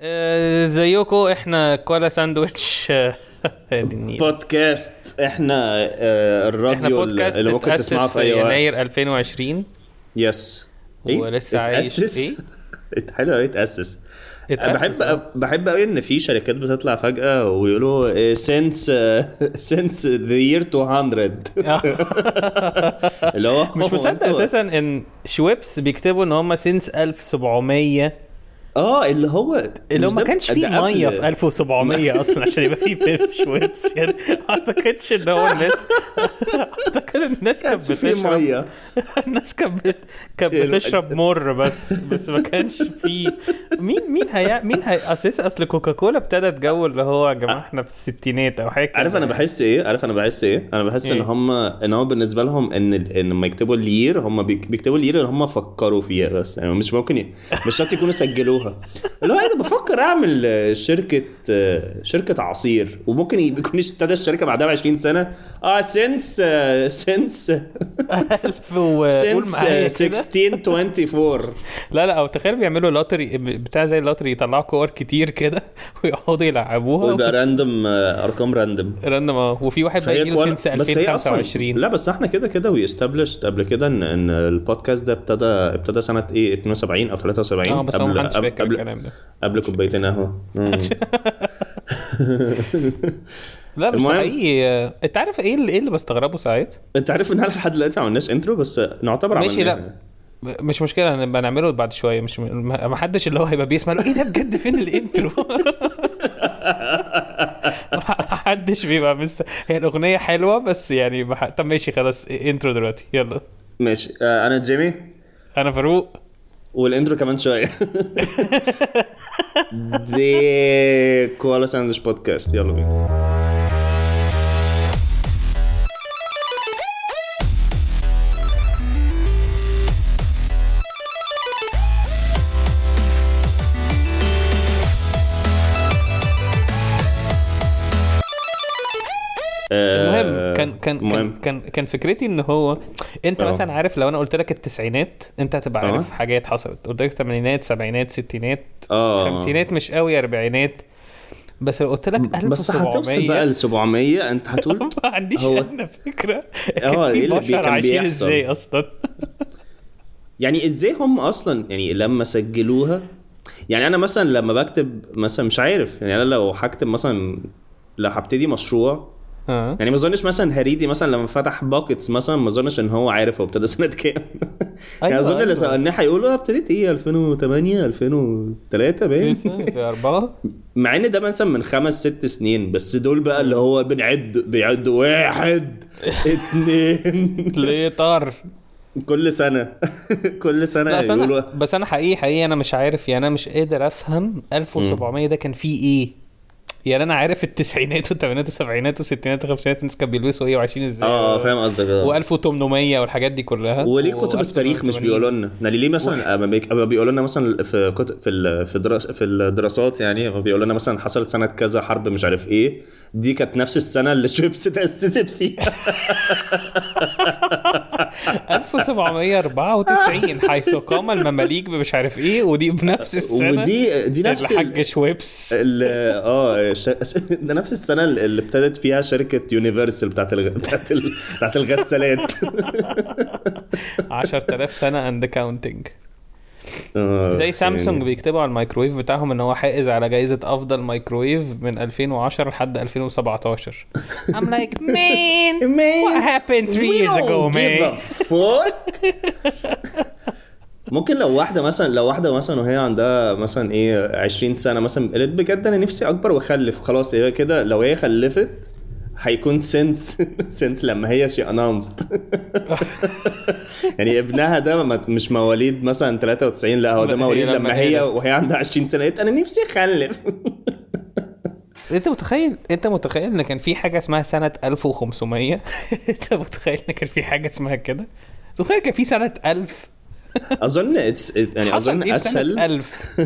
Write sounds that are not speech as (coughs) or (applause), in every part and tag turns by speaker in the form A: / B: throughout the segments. A: آه، زيكو احنا كوالا ساندويتش (laughs) هادي
B: طيب،
A: النيل
B: بودكاست احنا آه،
A: احنا
B: الراديو
A: بودكاست
B: اللي ممكن
A: اتأسس
B: تسمعه في اي
A: يناير
B: وقت
A: 2020
B: يس
A: ولسه عايش.
B: اتأسس
A: إيه؟
B: (laughs)
A: آه.
B: إيه؟ حلو قوي اتأسس
A: اتأسس.
B: بحب بحب قوي ان في شركات بتطلع فجأة ويقولوا آه، سينس (laughs) سينس ذا يير 200
A: (laughs)
B: اللي هو
A: آه،
B: (laughs)
A: مش مصدق
B: انتوا-
A: اساسا ان شويبس بيكتبوا ان هم سينس 1700
B: اه اللي هو
A: اللي هو
B: مش
A: ما
B: ده-
A: كانش
B: ده
A: فيه
B: قبل-
A: ميه في
B: (laughs)
A: 1700 اصلا عشان يبقى فيه بيف شويبس يعني ما اعتقدش ان هو الناس (laughs) اعتقد الناس كانت
B: كانش فيه
A: بتشرب
B: ميه
A: (laughs) الناس كانت بت... كانت
B: إيه، ال-
A: بتشرب مر بس بس ما كانش في مين مين هي مين هي اساس اصل كوكاكولا ابتدت جو اللي هو يا جماعه احنا في الستينات او حاجه كده.
B: عارف انا بحس ايه عارف انا بحس ايه انا بحس ان
A: إيه؟
B: هم ان هو بالنسبه لهم ان ال- ان لما يكتبوا الير هم بيك- بيكتبوا الير اللي هم فكروا فيها بس يعني مش ممكن ي- مش شرط يكونوا سجلوها اللي هو انا بفكر اعمل آه، شركه آه، شركه عصير وممكن ي- يكون ابتدى الشركه بعدها ب 20 سنه اه سينس سينس
A: الف و- آه، قول
B: سينس
A: معايا كده (laughs)
B: 1624
A: لا لا او تخيل بيعملوا لوتري بتاع زي اللوتري يطلعوا كور كتير كده (laughs) ويقعدوا
B: ويبقى آه،
A: يلعبوها
B: راندوم ارقام راندوم
A: راندوم اه وفي واحد بقى
B: فهي
A: يجي له
B: كوال-
A: سنس
B: بس هي أصلاً-
A: 2025
B: لا بس احنا كده كده وي استابلشت قبل كده ان ان البودكاست ده ابتدى ابتدى سنه ايه 72 او 73
A: اه بس هو
B: قبل
A: محدش
B: قبل
A: فاكر
B: قبل,
A: الكلام ده
B: قبل كوبايتين
A: (laughs)
B: قهوه مم.
A: لا بس
B: المهم-
A: حقيقي آه، انت عارف ايه اللي, إيه اللي بستغربه ساعات؟
B: انت عارف ان احنا لحد دلوقتي ما عملناش انترو بس نعتبر
A: ماشي
B: عملناها.
A: لا م- مش مشكله هنبقى نعمله بعد شويه مش م- ما ما حدش اللي هو هيبقى بيسمع له ايه ده بجد فين الانترو (laughs) ما حدش بيبقى مست... هي الاغنيه حلوه بس يعني ما ح... طب ماشي خلاص إيه- انترو دلوقتي يلا
B: ماشي آه، انا جيمي
A: انا فاروق
B: والانترو كمان شويه دي كوالا ساندويتش بودكاست يلا بينا آه،
A: المهم كان كان
B: المهم.
A: كان كان, كان فكرتي ان هو انت
B: اه.
A: مثلا عارف لو انا قلت لك التسعينات انت هتبقى
B: اه.
A: عارف حاجات حصلت قلت لك ثمانينات سبعينات ستينات
B: اه
A: خمسينات مش قوي اربعينات بس لو قلت لك 1700
B: بس هتوصل بقى ل 700 انت هتقول
A: (laughs) ما عنديش
B: هو-
A: ادنى فكره
B: (laughs)
A: كان
B: هو إيه
A: في
B: اللي بي-
A: بشر
B: كان
A: عايشين
B: بيحصل؟
A: ازاي اصلا
B: يعني ازاي هم اصلا يعني لما سجلوها يعني انا مثلا لما بكتب مثلا مش عارف يعني انا لو هكتب مثلا لو هبتدي مشروع (laughs)
A: اه
B: يعني ما اظنش مثلا هريدي مثلا لما فتح باكتس مثلا ما اظنش ان هو عارف هو ابتدى (laughs) سنه كام يعني
A: أيوة،
B: اظن اللي
A: أيوة.
B: سالناه هيقولوا "آه، ابتديت ايه 2008 2003 باين
A: في
B: (laughs)
A: اربعه
B: مع ان ده مثلا من خمس ست سنين بس دول بقى اللي هو بنعد بيعد واحد اتنين (laughs)
A: ليه طار
B: كل سنه (laughs) كل سنه
A: لا، بس
B: يقولوا
A: انا بس انا حقيقي حقيقي انا مش عارف يعني انا مش قادر افهم 1700 ده كان فيه ايه يعني انا عارف التسعينات والثمانينات والسبعينات والستينات والخمسينات الناس كانوا بيلبسوا ايه وعايشين ازاي
B: اه فاهم قصدك آه.
A: و1800 والحاجات دي كلها
B: وليه
A: و
B: كتب التاريخ مش
A: 1880. (laughs)
B: بيقولوا لنا؟ يعني ليه مثلا اما بيك- اما بيقولوا لنا مثلا في كتب في ال- في دراسة في الدراسات يعني اما بيقولوا لنا مثلا حصلت سنه كذا حرب مش عارف ايه دي كانت نفس السنه اللي (laughs) شيبس تاسست فيها (laughs)
A: 1794 حيث قام المماليك مش عارف ايه ودي بنفس السنه
B: ودي دي نفس ال-
A: الحاج طيب، شويبس
B: ال- اه ش... (laughs) ده نفس السنه اللي ابتدت فيها شركه يونيفرسال بتاعت الغ... بتاعت ال... بتاعت الغسالات
A: 10000 سنه اند كاونتنج
B: آه،
A: زي سامسونج
B: يعني-
A: بيكتبوا على الميكرويف بتاعهم ان هو حائز على جائزه افضل مايكرويف من 2010 لحد 2017 I'm like man what
B: Man.
A: happened three
B: We
A: years
B: don't
A: ago
B: give
A: man
B: a fuck. ممكن لو واحده مثلا لو واحده مثلا وهي عندها مثلا ايه 20 سنه مثلا قالت بجد انا نفسي اكبر واخلف خلاص هي كده لو هي خلفت هيكون (laughs) سنس سنس لما هي شي انانست (laughs) يعني ابنها ده ما- مش مواليد مثلا 93 لا هو
A: لا،
B: ده
A: هي
B: مواليد
A: لما
B: لما هي
A: قالت.
B: وهي عندها 20 سنه قالت انا نفسي اخلف
A: انت متخيل انت متخيل ان كان في حاجه اسمها سنه (laughs) 1500 انت متخيل ان كان في حاجه اسمها كده متخيل كان في سنه 1000
B: اظن it's- it- يعني
A: حصل
B: اظن
A: ايه في سنة
B: اسهل
A: 1000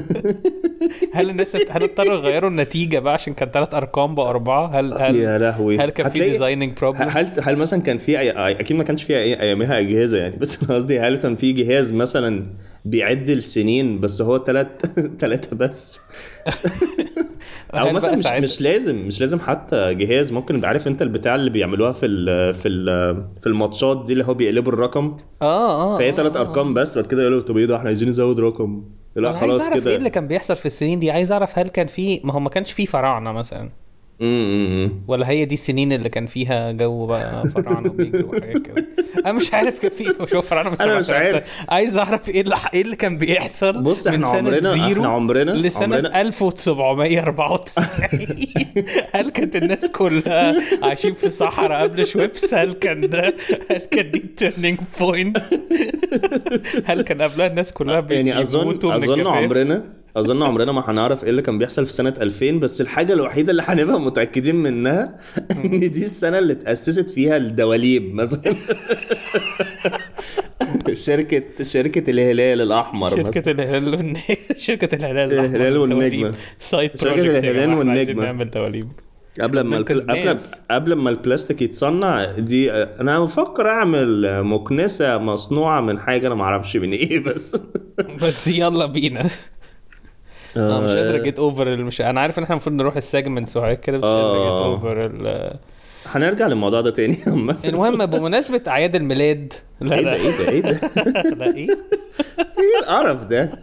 A: هل الناس بت- هل اضطروا يغيروا النتيجه بقى عشان كان ثلاث ارقام بقى اربعه هل هل
B: يا لهوي
A: هل كان في
B: هتلاقي-
A: ديزايننج
B: هل
A: بروبلم
B: هل- هل مثلا كان في أي- اكيد ما كانش فيها أي- ايامها اجهزه يعني بس انا قصدي هل كان في جهاز (laughs) مثلا بيعد السنين بس هو ثلاث ثلاثه بس او
A: هل
B: مثلا
A: يعني بقى
B: مش
A: ساعتها-
B: مش لازم مش لازم حتى جهاز ممكن يبقى عارف انت البتاع اللي بيعملوها في ال في ال في الماتشات دي اللي هو بيقلبوا الرقم
A: اه اه
B: فهي
A: آه،
B: ثلاث
A: آه.
B: ارقام بس بعد كده يقولوا طب ايه ده احنا عايزين نزود رقم
A: أنا
B: لا
A: عايز
B: خلاص
A: أعرف ايه اللي
B: كده
A: كان بيحصل في السنين دي عايز اعرف هل كان في ما هو ما كانش فيه فراعنه مثلا
B: امم أمم.
A: ولا هي دي السنين اللي كان فيها جو بقى فراعنه بيجوا وحاجات كده انا مش عارف كان في إيه، مش هو فراعنه بس
B: أنا مش
A: سنة.
B: عارف.
A: عايز اعرف ايه اللي ايه اللي كان بيحصل
B: بص
A: من
B: احنا
A: سنة
B: عمرنا
A: زيرو
B: احنا عمرنا
A: لسنة
B: عمرنا
A: 1794 هل كانت الناس كلها عايشين في صحراء قبل شويبس هل كان ده هل كان دي التيرنينج بوينت هل كان قبلها الناس كلها بي-
B: يعني اظن
A: بيموتوا من
B: اظن
A: الجفاف؟
B: عمرنا اظن عمرنا ما هنعرف ايه اللي كان بيحصل في سنه 2000 بس الحاجه الوحيده اللي هنبقى متاكدين منها ان دي السنه اللي اتاسست فيها
A: (laughs)
B: الدواليب مثلا شركه شركه الهلال الاحمر مثلا
A: شركة الهلال والنجمة (laughs) شركة الهلال الأحمر
B: الهلال والنجمة.
A: والتواليب. سايد
B: شركة
A: بروجكت يا
B: الهلال
A: جماعة، احنا عايزين
B: والنجمة.
A: نعمل دواليب
B: قبل ما
A: بنتز
B: البل... قبل
A: ناس.
B: قبل ما البلاستيك يتصنع دي انا بفكر اعمل مكنسه مصنوعه من حاجه انا ما اعرفش من ايه بس
A: بس يلا بينا انا آه، مش قادر
B: آه.
A: اجيت اوفر المش... انا عارف ان احنا المفروض نروح السيجمنتس وحاجات كده بس مش قادر اجيت
B: آه.
A: اوفر ال...
B: هنرجع للموضوع ده تاني عامه
A: المهم بمناسبه اعياد الميلاد لا
B: ايه ده
A: لا
B: ايه ده ايه ده
A: لا ايه
B: ايه القرف ده؟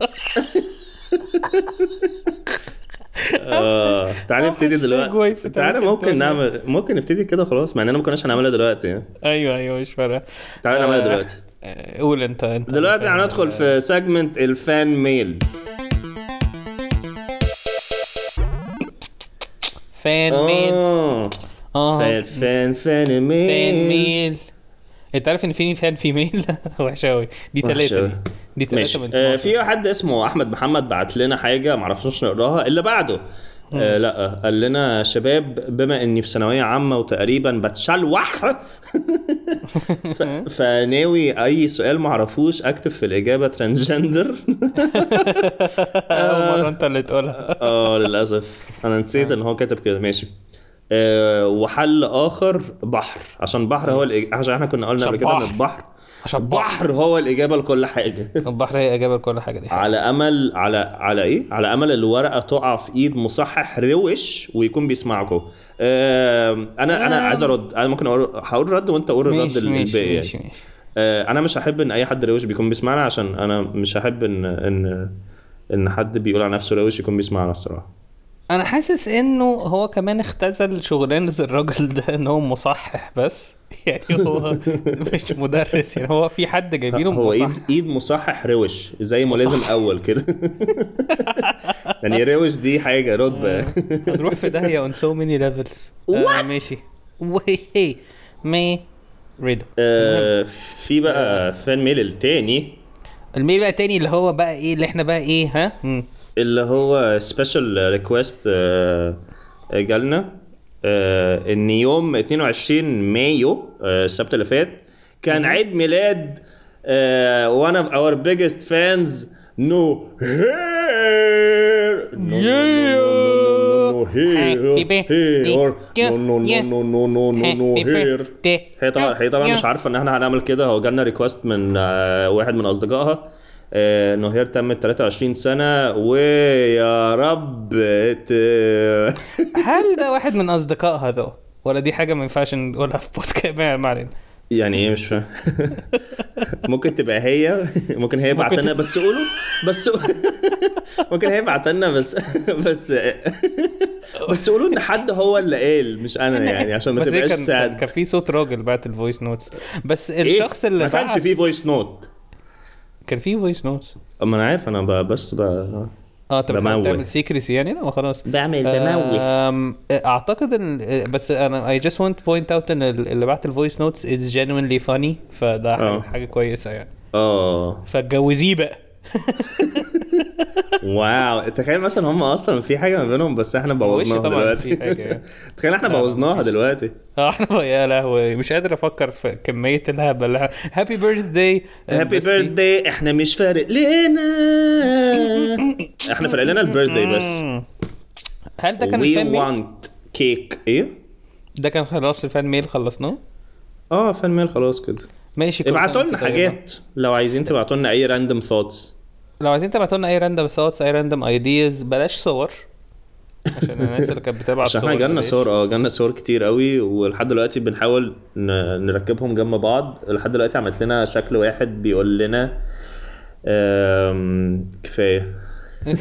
B: آه، تعالى
A: أوحش
B: نبتدي
A: سيجواي في
B: دلوقتي تعالى
A: تاريخ
B: ممكن
A: الدنيا.
B: نعمل ممكن نبتدي كده خلاص مع اننا ما كناش هنعملها دلوقتي يعني
A: ايوه ايوه مش فارقه
B: تعالى نعملها
A: آه،
B: دلوقتي
A: آه، قول انت انت
B: دلوقتي
A: أنت-
B: هندخل في سيجمنت الفان ميل
A: فان ميل
B: اه
A: اه
B: فان فان فان
A: فان
B: ميل
A: ميل انت عارف ان في فان في ميل (laughs) وحشه قوي دي
B: وحشة
A: ثلاثه
B: أوي.
A: دي دي
B: ماشي
A: ثلاثه من
B: آه،
A: 12. (laughs)
B: في حد اسمه احمد محمد بعت لنا حاجه ما عرفناش نقراها الا بعده آه لا آه، قال لنا شباب بما اني في ثانويه عامه وتقريبا بتشلوح (laughs) ف- فناوي اي سؤال ما اعرفوش اكتب في الاجابه ترانسجندر (laughs)
A: اول
B: آه،
A: مره انت اللي تقولها
B: اه للاسف انا نسيت ان هو كتب كده ماشي آه وحل اخر بحر عشان بحر هو الإج... عشان احنا كنا قلنا
A: عشان
B: قبل كده ان
A: بحر.
B: البحر
A: عشان بحر
B: بحر هو الاجابه لكل حاجه
A: البحر هي اجابه لكل حاجه دي
B: على امل على على ايه على امل الورقه تقع في ايد مصحح روش ويكون بيسمعكم آم، انا انا عايز ارد انا ممكن أقول- هقول رد وانت قول الرد
A: ماشي
B: الباقي
A: ماشي
B: يعني.
A: ماشي ماشي
B: آه، انا مش هحب ان اي حد روش بيكون بيسمعنا عشان انا مش هحب ان ان ان حد بيقول على نفسه روش يكون بيسمعنا الصراحه
A: انا حاسس انه هو كمان اختزل شغلانه الراجل ده ان هو مصحح بس (laughs) يعني هو مش مدرس يعني هو في حد جايبينه
B: هو إيه؟ ايد
A: مصحح
B: ايد مصحح روش زي ملازم اول
A: (laughs)
B: كده يعني روش دي حاجه
A: آه.
B: رتبه
A: هنروح في داهيه اون سو ميني ليفلز
B: What?
A: آه، ماشي وهي مي ريدو
B: آه، في
A: آه.
B: بقى فان ميل التاني
A: الميل بقى تاني اللي هو بقى ايه اللي احنا بقى ايه ها مم.
B: اللي هو سبيشال ريكويست جالنا آه، ان يوم 22 مايو آه، السبت اللي فات كان عيد ميلاد آه، وان اوف اور بيجست فانز نو هير
A: Happy birthday to
B: نو
A: you.
B: نو نو نو نو نو
A: Happy
B: هير
A: birthday
B: هي طبعا هي طبعا
A: to
B: مش
A: you.
B: عارفه ان احنا هنعمل كده هو جالنا ريكوست من آه، واحد من اصدقائها آه، انه هير تمت 23 سنه ويا رب ت... (laughs)
A: هل ده واحد من اصدقائها ده ولا دي حاجه ما ينفعش نقولها في بودكاست (laughs) ما ما علينا
B: يعني ايه مش فاهم (laughs) ممكن تبقى هي ممكن هي بعت لنا بس قولوا بس قولوا- (laughs) ممكن هي بعت لنا بس بس بس قولوا ان حد هو اللي قال مش انا يعني عشان ما
A: بس هي
B: تبقاش
A: كان
B: ساد
A: كان في صوت راجل بعت الفويس نوتس بس
B: إيه؟
A: الشخص اللي
B: ما كانش
A: بعت-
B: فيه فويس نوت
A: كان في فويس نوتس
B: ما انا عارف انا ب- بس ب...
A: اه طب انت
B: بموه.
A: بتعمل سيكريسي يعني لا ما خلاص آه،
B: بعمل
A: أم، اعتقد ان بس انا اي جاست ونت بوينت اوت ان ال- اللي بعت الفويس نوتس از جينوينلي فاني فده
B: آه.
A: حاجة- حاجه كويسه يعني
B: اه
A: فاتجوزيه بقى (laughs)
B: واو تخيل مثلا هم اصلا في حاجه ما بينهم بس احنا
A: وش
B: بوظناها
A: طبعا
B: دلوقتي
A: في حاجه يعني
B: (laughs) تخيل احنا بوظناها دلوقتي
A: اه احنا بقى- يا لهوي مش قادر افكر في كميه الهبل هابي بيرث داي
B: هابي بيرثداي احنا مش فارق لنا احنا فارق لنا البيرثداي (laughs) بس
A: هل ده كان
B: وي
A: الفان ميل؟
B: وانت كيك ايه؟
A: ده كان خلاص الفان ميل خلصناه
B: اه فان ميل خلاص كده
A: ماشي كل سنة
B: ابعتوا
A: وأنت
B: لنا
A: طيبة.
B: حاجات لو عايزين تبعتوا لنا اي راندوم ثوتس
A: لو عايزين تبعتوا لنا اي راندوم ثوتس اي راندوم ايديز بلاش صور عشان الناس اللي كانت بتابع
B: عشان
A: الصور
B: احنا
A: دي.
B: جالنا
A: (laughs)
B: صور اه جالنا صور كتير قوي ولحد دلوقتي بنحاول ن- نركبهم جنب بعض لحد دلوقتي عملت لنا شكل واحد بيقول لنا آم، كفايه يعني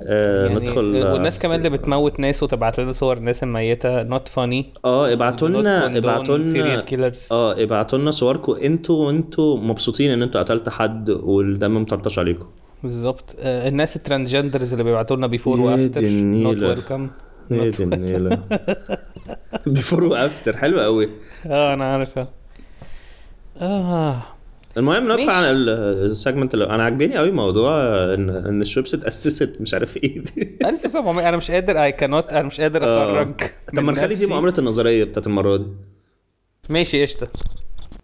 B: آه،
A: يعني
B: ندخل
A: والناس كمان اللي بتموت ناس وتبعت لنا صور الناس الميته نوت فاني
B: اه ابعتوا لنا ابعتوا
A: سيريال
B: لنا
A: كيلرز
B: اه ابعتوا لنا صوركم انتوا وانتوا مبسوطين ان انتوا قتلت حد والدم مطرطش عليكم
A: بالظبط آه، الناس الترانسجندرز اللي بيبعتوا لنا بيفور
B: يا
A: وافتر
B: دي
A: نوت
B: النيلة.
A: ويلكم
B: ايه دي
A: (laughs)
B: النيلة بيفور وافتر حلو قوي
A: اه انا عارفها اه
B: المهم ندخل
A: ماشي.
B: على السيجمنت اللي انا عاجبني قوي موضوع ان ان الشيبس اتاسست مش عارف ايه
A: (laughs)
B: دي
A: 1700 انا مش قادر اي كانوت انا مش قادر
B: آه.
A: اخرج
B: طب ما
A: من
B: نخلي دي
A: نفسي.
B: مؤامره النظريه بتاعت المره دي
A: ماشي قشطه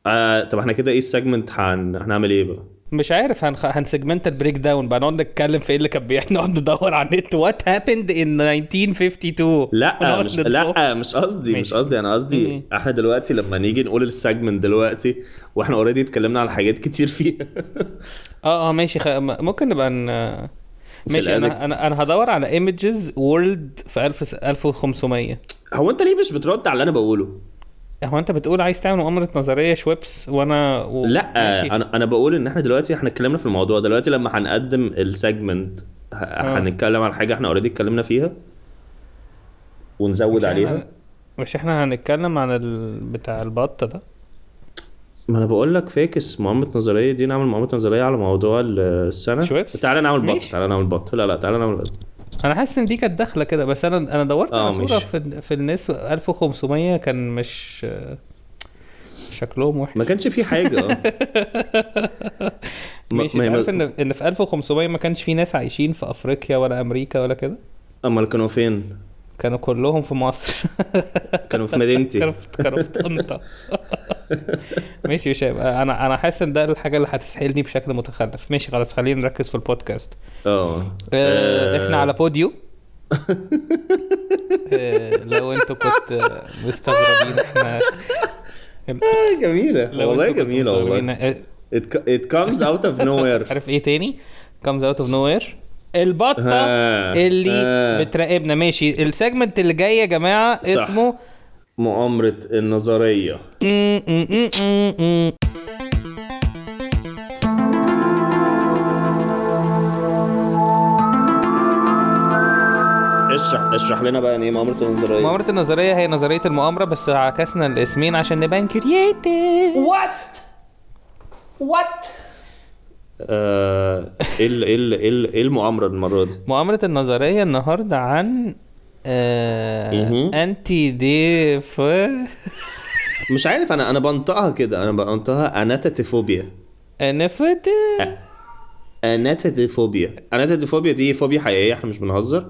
B: آه طب احنا كده ايه السيجمنت هن... هنعمل ايه بقى؟
A: مش عارف هنخ... هنسجمنت البريك داون بقى نقعد نتكلم في ايه اللي كان بيحصل (laughs) نقعد ندور على النت وات هابند ان 1952
B: لا
A: ونقعد
B: مش
A: ندور.
B: لا مش قصدي مش
A: ماشي.
B: قصدي انا قصدي احنا دلوقتي لما نيجي نقول السيجمنت دلوقتي واحنا اوريدي اتكلمنا عن حاجات كتير فيها (laughs)
A: اه اه ماشي خ... م- ممكن نبقى ن... ماشي
B: الأدك.
A: انا انا انا هدور على ايمجز وورلد في 1000 1500
B: هو انت ليه مش بترد على اللي انا بقوله؟
A: هو انت بتقول عايز تعمل مؤامره نظريه شويبس وانا و...
B: لا
A: ماشي.
B: انا انا بقول ان احنا دلوقتي احنا اتكلمنا في الموضوع دلوقتي لما هنقدم السيجمنت
A: آه.
B: هنتكلم عن حاجه احنا اوريدي اتكلمنا فيها ونزود
A: مش
B: عليها
A: احنا مش احنا هنتكلم عن ال... بتاع البط ده
B: ما انا بقول لك فاكس مؤامره نظريه دي نعمل مؤامره نظريه على موضوع ال- السنه
A: شويبس؟
B: تعالى نعمل بط
A: ماشي.
B: تعالى نعمل بط لا لا تعالى نعمل بط
A: انا حاسس ان دي كانت داخله كده بس انا انا دورت
B: آه،
A: على صوره
B: ماشي.
A: في في الناس 1500 كان مش شكلهم وحش
B: ما كانش
A: (laughs)
B: في حاجه اه ما-
A: ماشي
B: ما-
A: انت عارف ان
B: ما-
A: ان في 1500 ما كانش في ناس عايشين في افريقيا ولا امريكا ولا كده
B: امال كانوا فين؟
A: كانوا كلهم في
B: (laughs)
A: مصر
B: كانوا في مدينتي
A: (laughs) كانوا في كانوا في طنطا (laughs) ماشي مش هيبقى انا انا حاسس ان ده الحاجه اللي هتسحلني بشكل متخلف ماشي خلاص خلينا نركز في البودكاست
B: اه
A: آه، احنا
B: آه،
A: على
B: (laughs)
A: بوديو آه، لو انتوا كنت آه، مستغربين احنا
B: آه، جميله
A: لو
B: والله
A: انتوا كنتوا
B: جميله
A: مستغربين،
B: والله
A: آه،
B: it co- it comes out of nowhere
A: (laughs) عارف ايه تاني comes out of nowhere البطه
B: آه،
A: اللي
B: آه.
A: بتراقبنا ماشي السيجمنت اللي جاي يا جماعه
B: صح.
A: اسمه
B: مؤامرة النظرية
A: م- م- م- م- م.
B: اشرح اشرح لنا بقى يعني ايه مؤامرة النظرية
A: مؤامره النظريه هي نظريه المؤامره بس عكسنا الاسمين عشان نبان كرييتيف
B: وات وات ايه ال- ايه ال- ايه ال- ايه المؤامرة المرة دي؟
A: مؤامرة النظرية النهاردة عن آه
B: مهم.
A: انتي دي ف
B: مش عارف انا انا بنطقها كده انا بنطقها اناتاتيفوبيا
A: نفت
B: اناتاتيفوبيا اناتاتيفوبيا دي فوبيا حقيقية احنا مش بنهزر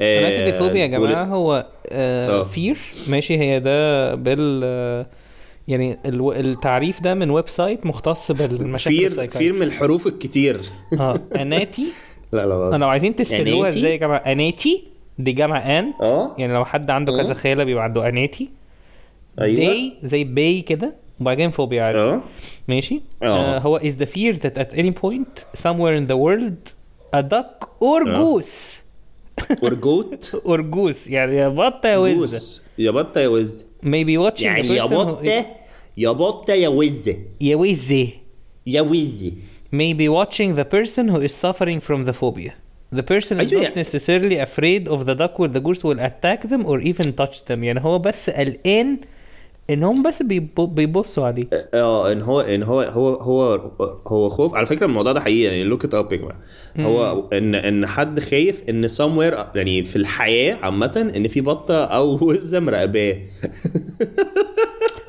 B: آه،
A: الفوبيا يا جماعة
B: ول-
A: هو
B: آه.
A: آه فير ماشي هي ده بال آه، يعني الو- التعريف ده من ويب سايت مختص بالمشاكل
B: فير فير
A: السايكاية
B: من الحروف الكتير (laughs)
A: اه اناتي
B: لا لا بس
A: لو عايزين تسبلوها
B: أناتي؟
A: ازاي يا جماعة اناتي دي جمع انت
B: آه.
A: يعني لو حد عنده كذا خالة بيبقى عنده اناتي
B: ايوه
A: دي زي باي كده وبعدين فوبيا عادي
B: اه
A: ماشي
B: آه.
A: آه هو is the fear that at any point somewhere in the world a duck or
B: آه.
A: goose
B: ورجوت
A: or goose يعني يا بطة يا وزة
B: جوز يا بطة يا وز
A: may be watching
B: يعني
A: the
B: يا
A: person who-
B: بطة يا بطة يا وزة
A: يا وزة
B: يا وزة
A: may be watching the person who is suffering from the phobia the person is not
B: أيوة يعني.
A: necessarily afraid of the duck or the goose will attack them or even touch them يعني هو بس قلقان ان هم بس بيبو- بيبصوا عليه
B: اه ان هو ان هو هو هو هو خوف على فكره الموضوع ده حقيقي يعني لوك ات اب يا جماعه هو ان ان حد خايف ان somewhere يعني في الحياه عامه ان في بطه او وزه مراقباه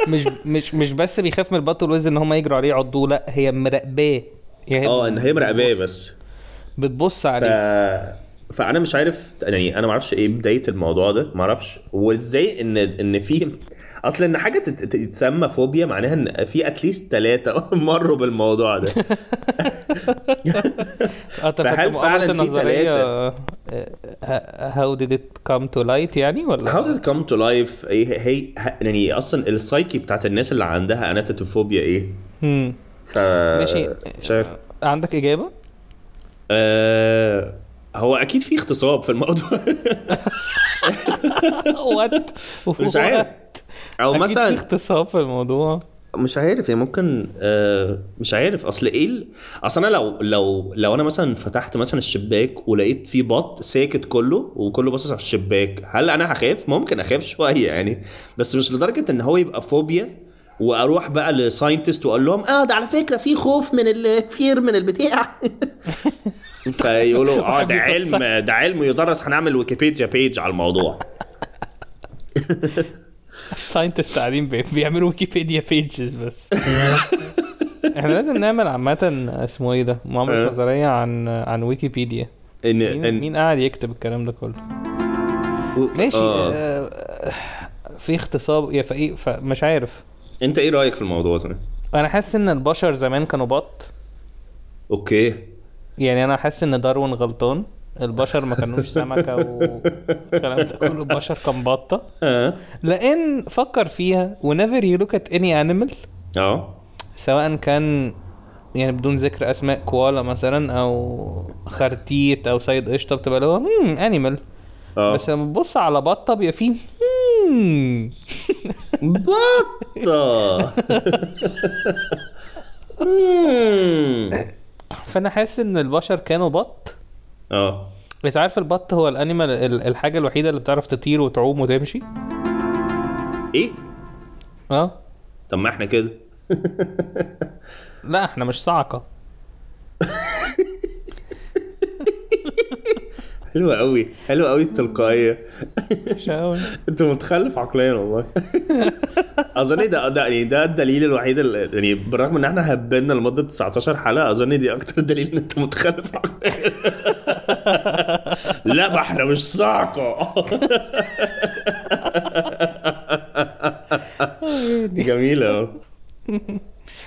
A: مش مش مش بس بيخاف من البط والوز ان هم يجروا عليه يعضوه لا هي مراقباه يعني هي
B: اه ان هي مراقباه بس
A: بتبص
B: ف...
A: عليه
B: فانا مش عارف يعني انا ما اعرفش ايه بدايه الموضوع ده ما اعرفش وازاي ان ان في اصل ان حاجه تت- تتسمى فوبيا معناها ان في اتليست ثلاثه (laughs) مروا بالموضوع ده
A: اه طب طب
B: فهل فعلاً
A: مؤامرة
B: في
A: النظرية
B: تلاتة؟
A: آه، آه، how did it come to light يعني ولا؟
B: How did it come to life إيه، هي, هي يعني اصلا السايكي بتاعت الناس اللي عندها اناتاتوفوبيا ايه
A: مم.
B: ف
A: ماشي.
B: مش عارف
A: عندك إجابة؟
B: آه... هو اكيد في اغتصاب في الموضوع
A: وات
B: مش عارف. او
A: مثلا
B: مثلا
A: في اغتصاب في الموضوع
B: مش عارف يعني ممكن آه مش عارف اصل ايه ال- اصل انا لو لو لو انا مثلا فتحت مثلا الشباك ولقيت في بط ساكت كله وكله باصص على الشباك هل انا هخاف ممكن (laughs) اخاف شويه يعني بس مش لدرجه ان هو يبقى فوبيا واروح بقى لساينتست واقول لهم اه ده على فكره في خوف من الفير من البتاع (laughs) فيقولوا
A: (laughs)
B: اه ده علم ده علم يدرس هنعمل ويكيبيديا بيج على الموضوع
A: ساينتست قاعدين بي- بيعملوا ويكيبيديا بيجز بس
B: (laughs)
A: احنا لازم نعمل عامة اسمه ايه ده؟ معاملة
B: آه.
A: نظرية عن عن ويكيبيديا
B: ان
A: مين, مين قاعد يكتب الكلام ده كله؟ ماشي آه.
B: آه.
A: في اغتصاب يا فايه فمش عارف
B: انت ايه رايك في الموضوع ده؟
A: انا حاسس ان البشر زمان كانوا بط
B: اوكي
A: يعني انا حاسس ان داروين غلطان البشر ما كانوش سمكه والكلام ده كله البشر كان بطه
B: اه
A: لان فكر فيها ونيفر يو لوك ات اني انيمال
B: اه
A: سواء كان يعني بدون ذكر اسماء كوالا مثلا او خرتيت او صيد قشطه بتبقى اللي هو امم انيمال
B: اه
A: بس لما تبص على بطه بيبقى فيه مم.
B: بطة مم.
A: فانا حاسس ان البشر كانوا بط
B: اه
A: بس عارف البط هو الانيمال ال- الحاجه الوحيده اللي بتعرف تطير وتعوم وتمشي
B: ايه
A: اه
B: طب ما احنا كده
A: لا احنا مش صعقه
B: حلوة قوي حلوة قوي التلقائية
A: مش قوي
B: انت متخلف عقليا والله اظن ده ده يعني ده الدليل الوحيد ال- يعني بالرغم ان احنا هبلنا لمدة 19 حلقة اظن دي اكتر دليل ان انت متخلف عقليا لا ما احنا مش صعقة جميلة أهو.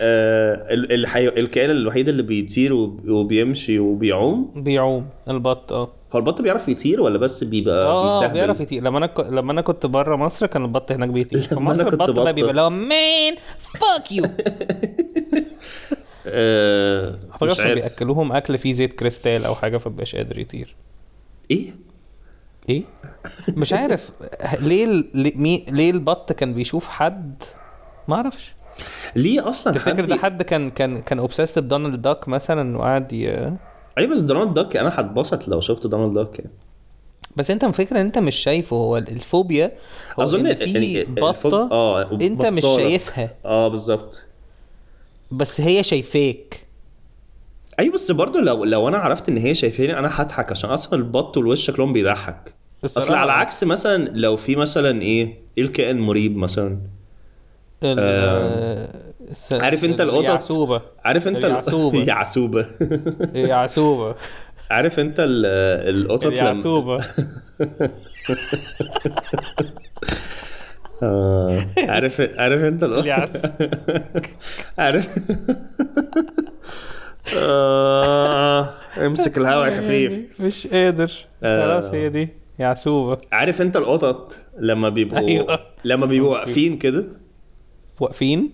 B: آه ال- الحي... الكائن الوحيد اللي بيطير وب- وبيمشي وبيعوم
A: بيعوم البط اه
B: هو البط بيعرف يطير ولا بس بيبقى
A: اه
B: آه، بيستهبل؟
A: بيعرف يطير لما انا ك... لما انا كنت بره مصر كان البط هناك بيطير في
B: (laughs) لما
A: مصر
B: أنا كنت
A: البط
B: بطة.
A: ده بيبقى اللي هو مان فاك يو
B: (laughs) آه مش
A: عشان
B: عارف
A: بياكلوهم اكل فيه زيت كريستال او حاجه فمبقاش قادر يطير
B: ايه؟
A: ايه مش عارف (laughs) ليه ال... ليه- مي... ليه البط كان بيشوف حد ما اعرفش
B: ليه اصلا
A: تفتكر
B: حد-
A: ده حد كان كان كان اوبسيست بدونالد داك مثلا وقعد ي...
B: ايوه بس دونالد داك انا هتبسط لو شفت دونالد داك يعني
A: بس انت الفكره ان انت مش شايفه هو الفوبيا هو
B: اظن
A: إن
B: ال-
A: في
B: يعني الفوب-
A: بطه
B: آه،
A: انت مش
B: بصارة.
A: شايفها
B: اه بالظبط
A: بس هي شايفاك
B: ايوه بس برضه لو لو انا عرفت ان هي شايفاني انا هضحك عشان اصلا البط والوش شكلهم بيضحك اصل
A: الصراحة
B: على عكس مثلا لو في مثلا ايه ايه الكائن مريب مثلا
A: ال- آه، الس-
B: آه. عارف انت القطط
A: اليعسوبة
B: عارف انت (laughs)
A: اليعسوبة.
B: ال... يعسوبة
A: اليعسوبة
B: عارف انت ال... القطط لما
A: اليعسوبة
B: آه. عارف عارف انت القطط
A: اليعسوبة
B: (laughs) عارف آه، امسك الهواء خفيف
A: (laughs) مش قادر
B: آه.
A: خلاص هي دي يعسوبة
B: عارف انت القطط لما بيبقوا
A: أيوة.
B: لما بيبقوا واقفين كده
A: واقفين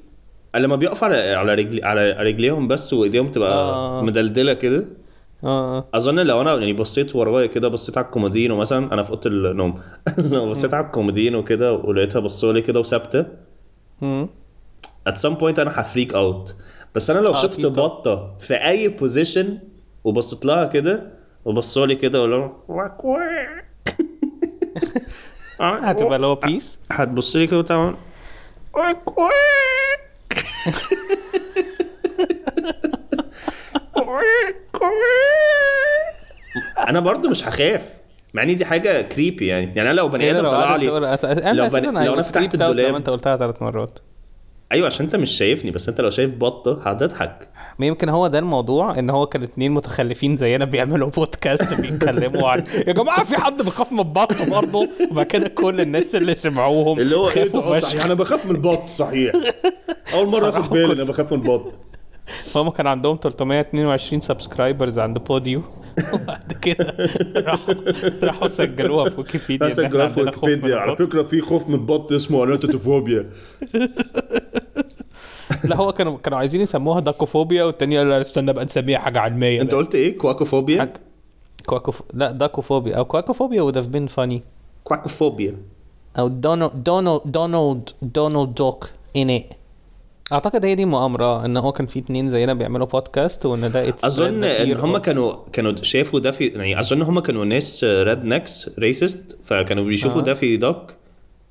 B: لما بيقفوا على على رجلي على رجليهم بس وايديهم تبقى
A: آه.
B: مدلدله كده
A: اه
B: اظن لو انا يعني بصيت ورايا كده بصيت على الكومودينو مثلا انا في اوضه النوم (laughs) لو بصيت على الكومودينو كده ولقيتها بصالي كده وثابته
A: مم.
B: ات سام بوينت انا هفريك اوت بس انا لو شفت
A: آه، أكيد طبعا.
B: بطه في اي بوزيشن وبصيت لها كده وبصالي كده اقول لهم
A: (laughs)
B: واك واك. آه،
A: هتبقى لو بيس
B: هتبص لي كده وتعمل واك (laughs) واك. واك واك. انا برضو مش هخاف مع ان دي حاجه كريبي يعني يعني انا لو بني
A: إيه،
B: ادم طلع لي
A: انا
B: لو
A: اساسا
B: بني- لو
A: I
B: انا
A: was
B: فتحت
A: creeped out
B: الدولاب.
A: لما انت قلتها ثلاث مرات
B: ايوه عشان انت مش شايفني بس انت لو شايف بطه هتضحك
A: ما يمكن هو ده الموضوع ان هو كان اتنين متخلفين زينا بيعملوا بودكاست بيتكلموا عن يا جماعه في حد بيخاف من البط برضه وبعد كده كل الناس اللي سمعوهم
B: اللي هو ايه
A: خافوا
B: ده آه،
A: فشخ
B: صحيح انا بخاف من البط
A: (laughs)
B: صحيح اول مره اخد بالي إن انا بخاف من البط
A: فهم كان عندهم 322 سبسكرايبرز عند بوديو وبعد كده راحوا راحوا سجلوها في ويكيبيديا إن
B: بس
A: إحنا
B: الجراف
A: عندنا خوف من
B: ويكيبيديا على
A: البط.
B: فكره في خوف من البط اسمه الانتوفوبيا (laughs)
A: لا هو كانوا كانوا عايزين يسموها داكوفوبيا والتانية لا استنى بقى نسميها حاجه علميه
B: إيه؟ انت قلت ايه كواكوفوبيا
A: حاجة- كواكوف لا داكوفوبيا او كواكوفوبيا would have been funny
B: كواكوفوبيا
A: او دونالد دونالد دونالد دونالد دوك ان it اعتقد هي دي مؤامره ان هو كان في اتنين زينا بيعملوا بودكاست وان ده it's
B: اظن
A: the
B: ان
A: fear
B: هم
A: of-
B: كانوا كانوا شافوا ده في يعني اظن هم كانوا ناس راد نكس ريسست فكانوا بيشوفوا
A: آه.
B: ده في دوك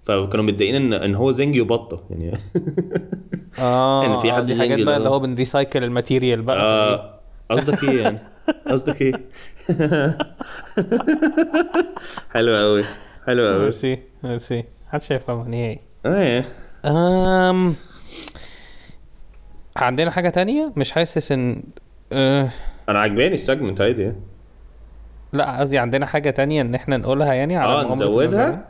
B: فكانوا متضايقين ان ان هو زنجي وبطه يعني
A: اه
B: إن في
A: آه،
B: حد
A: دي حاجات
B: زنجل
A: بقى اللي
B: ده.
A: هو بنريسايكل الماتيريال بقى
B: آه، (laughs) قصدك ايه يعني
A: (laughs)
B: قصدك ايه حلو قوي حلو قوي
A: ميرسي ميرسي محدش يعني إيه. هيفهمها نهائي
B: اه
A: أم... عندنا حاجة تانية مش حاسس ان أه...
B: انا عجباني السيجمنت عادي يعني.
A: لا قصدي عندنا حاجة تانية ان احنا نقولها يعني على
B: اه
A: مؤامرة
B: نزودها
A: المزارع.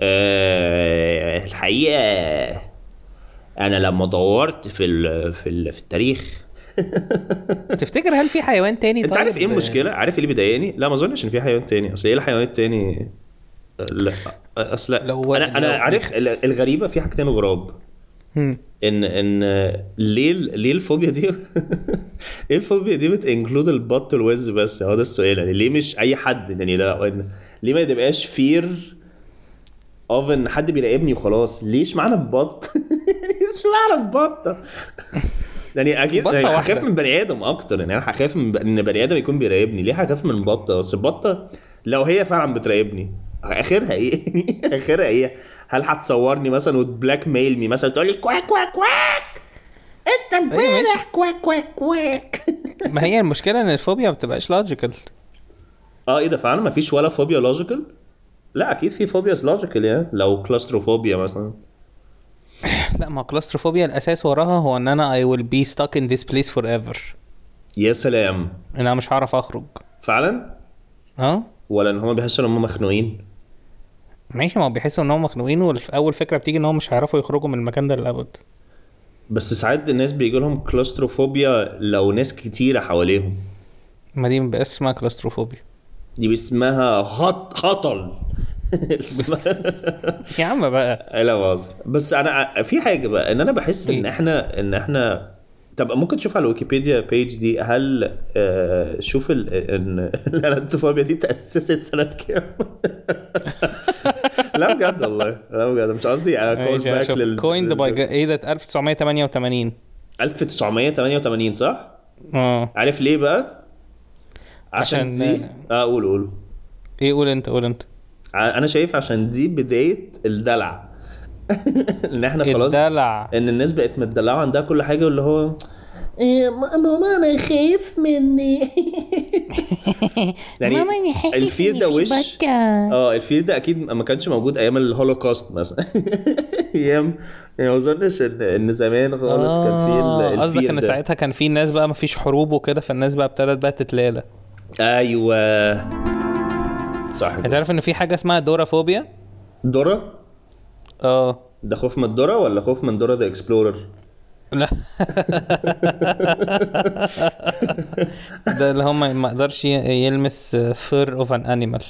B: آه الحقيقه انا لما دورت في ال في, ال في التاريخ
A: تفتكر هل في حيوان تاني
B: انت
A: طيب؟
B: عارف ايه المشكله عارف ايه اللي بيضايقني لا ما اظنش ان في حيوان تاني اصل ايه الحيوان التاني لا اصل
A: لو-
B: انا انا
A: لو-
B: عارف ال- الغريبه في حاجتين غراب
A: هم.
B: ان ان ليه ليه الفوبيا دي (laughs) ليه الفوبيا دي بتنكلود البط الوز بس هو ده السؤال يعني ليه مش اي حد يعني لا ليه ما تبقاش فير اوف ان حد بيراقبني وخلاص ليه اشمعنى البط (laughs) يعني اشمعنى البطه يعني اكيد
A: بطة
B: يعني هخاف
A: واحدة.
B: من بني ادم اكتر يعني انا هخاف من ب- ان بني ادم يكون بيراقبني ليه هخاف من بطه بس البطه لو هي فعلا بتراقبني اخرها ايه يعني (laughs) اخرها ايه هل هتصورني مثلا وتبلاك ميل مي مثلا تقول لي كواك كواك كواك انت
A: أيوة،
B: امبارح كواك كواك كواك (laughs)
A: ما هي المشكلة ان الفوبيا ما بتبقاش لوجيكال
B: اه ايه ده فعلا ما فيش ولا فوبيا لوجيكال لا اكيد في فوبياز لوجيكال يعني لو كلاستروفوبيا مثلا
A: لا ما كلاستروفوبيا الاساس وراها هو ان انا I will be stuck in this place forever
B: يا سلام
A: ان انا مش هعرف اخرج
B: فعلا
A: اه
B: ولا ان هم بيحسوا ان هم مخنوقين
A: ماشي ما هو بيحسوا ان هم مخنوقين واول فكره بتيجي ان هم مش هيعرفوا يخرجوا من المكان ده للابد
B: بس ساعات الناس بيجي لهم كلاستروفوبيا لو ناس كتيره حواليهم
A: ما دي بقاش اسمها كلاستروفوبيا
B: دي اسمها هط هطل (laughs) اسمها-
A: (laughs) يا عم بقى
B: لا بهزر بس انا في حاجه بقى ان انا بحس ان
A: إيه؟
B: احنا ان احنا طب ممكن تشوف على ويكيبيديا بيج دي هل آه شوف ال... (laughs) ان الانتفوبيا دي تاسست سنه كام؟ (laughs) لا بجد والله لا بجد مش قصدي اكول باك لل
A: كويند باي ايه ده 1988
B: 1988 صح؟
A: اه
B: عارف ليه بقى؟ عشان,
A: عشان-
B: دي اه قول قول
A: ايه قول انت قول انت
B: ع- انا شايف عشان دي بدايه الدلع (laughs) ان احنا خلاص
A: الدلع
B: ان الناس بقت متدلعه عندها كل حاجه واللي هو إيه، ما- ماما انا خايف مني (laughs) يعني
C: ماما انا حاسس
B: الفير
C: إن
B: ده
C: في
B: وش
C: بطة.
B: اه الفير ده اكيد ما كانش موجود ايام الهولوكوست (laughs) مثلا ايام يعني ما اظنش ان ان زمان خالص كان في ال-
A: آه، قصدك
B: الفير
A: ان
B: ده
A: ساعتها كان في ناس بقى ما فيش حروب وكده فالناس بقى ابتدت بقى تتلالى
B: ايوه صح
A: انت عارف ان في حاجه اسمها دورافوبيا
B: دورة
A: اه
B: ده خوف من الذرة ولا خوف من دورة ذا اكسبلورر؟
A: لا ده اللي هو ما ما يقدرش ي- يلمس فير اوف ان انيمال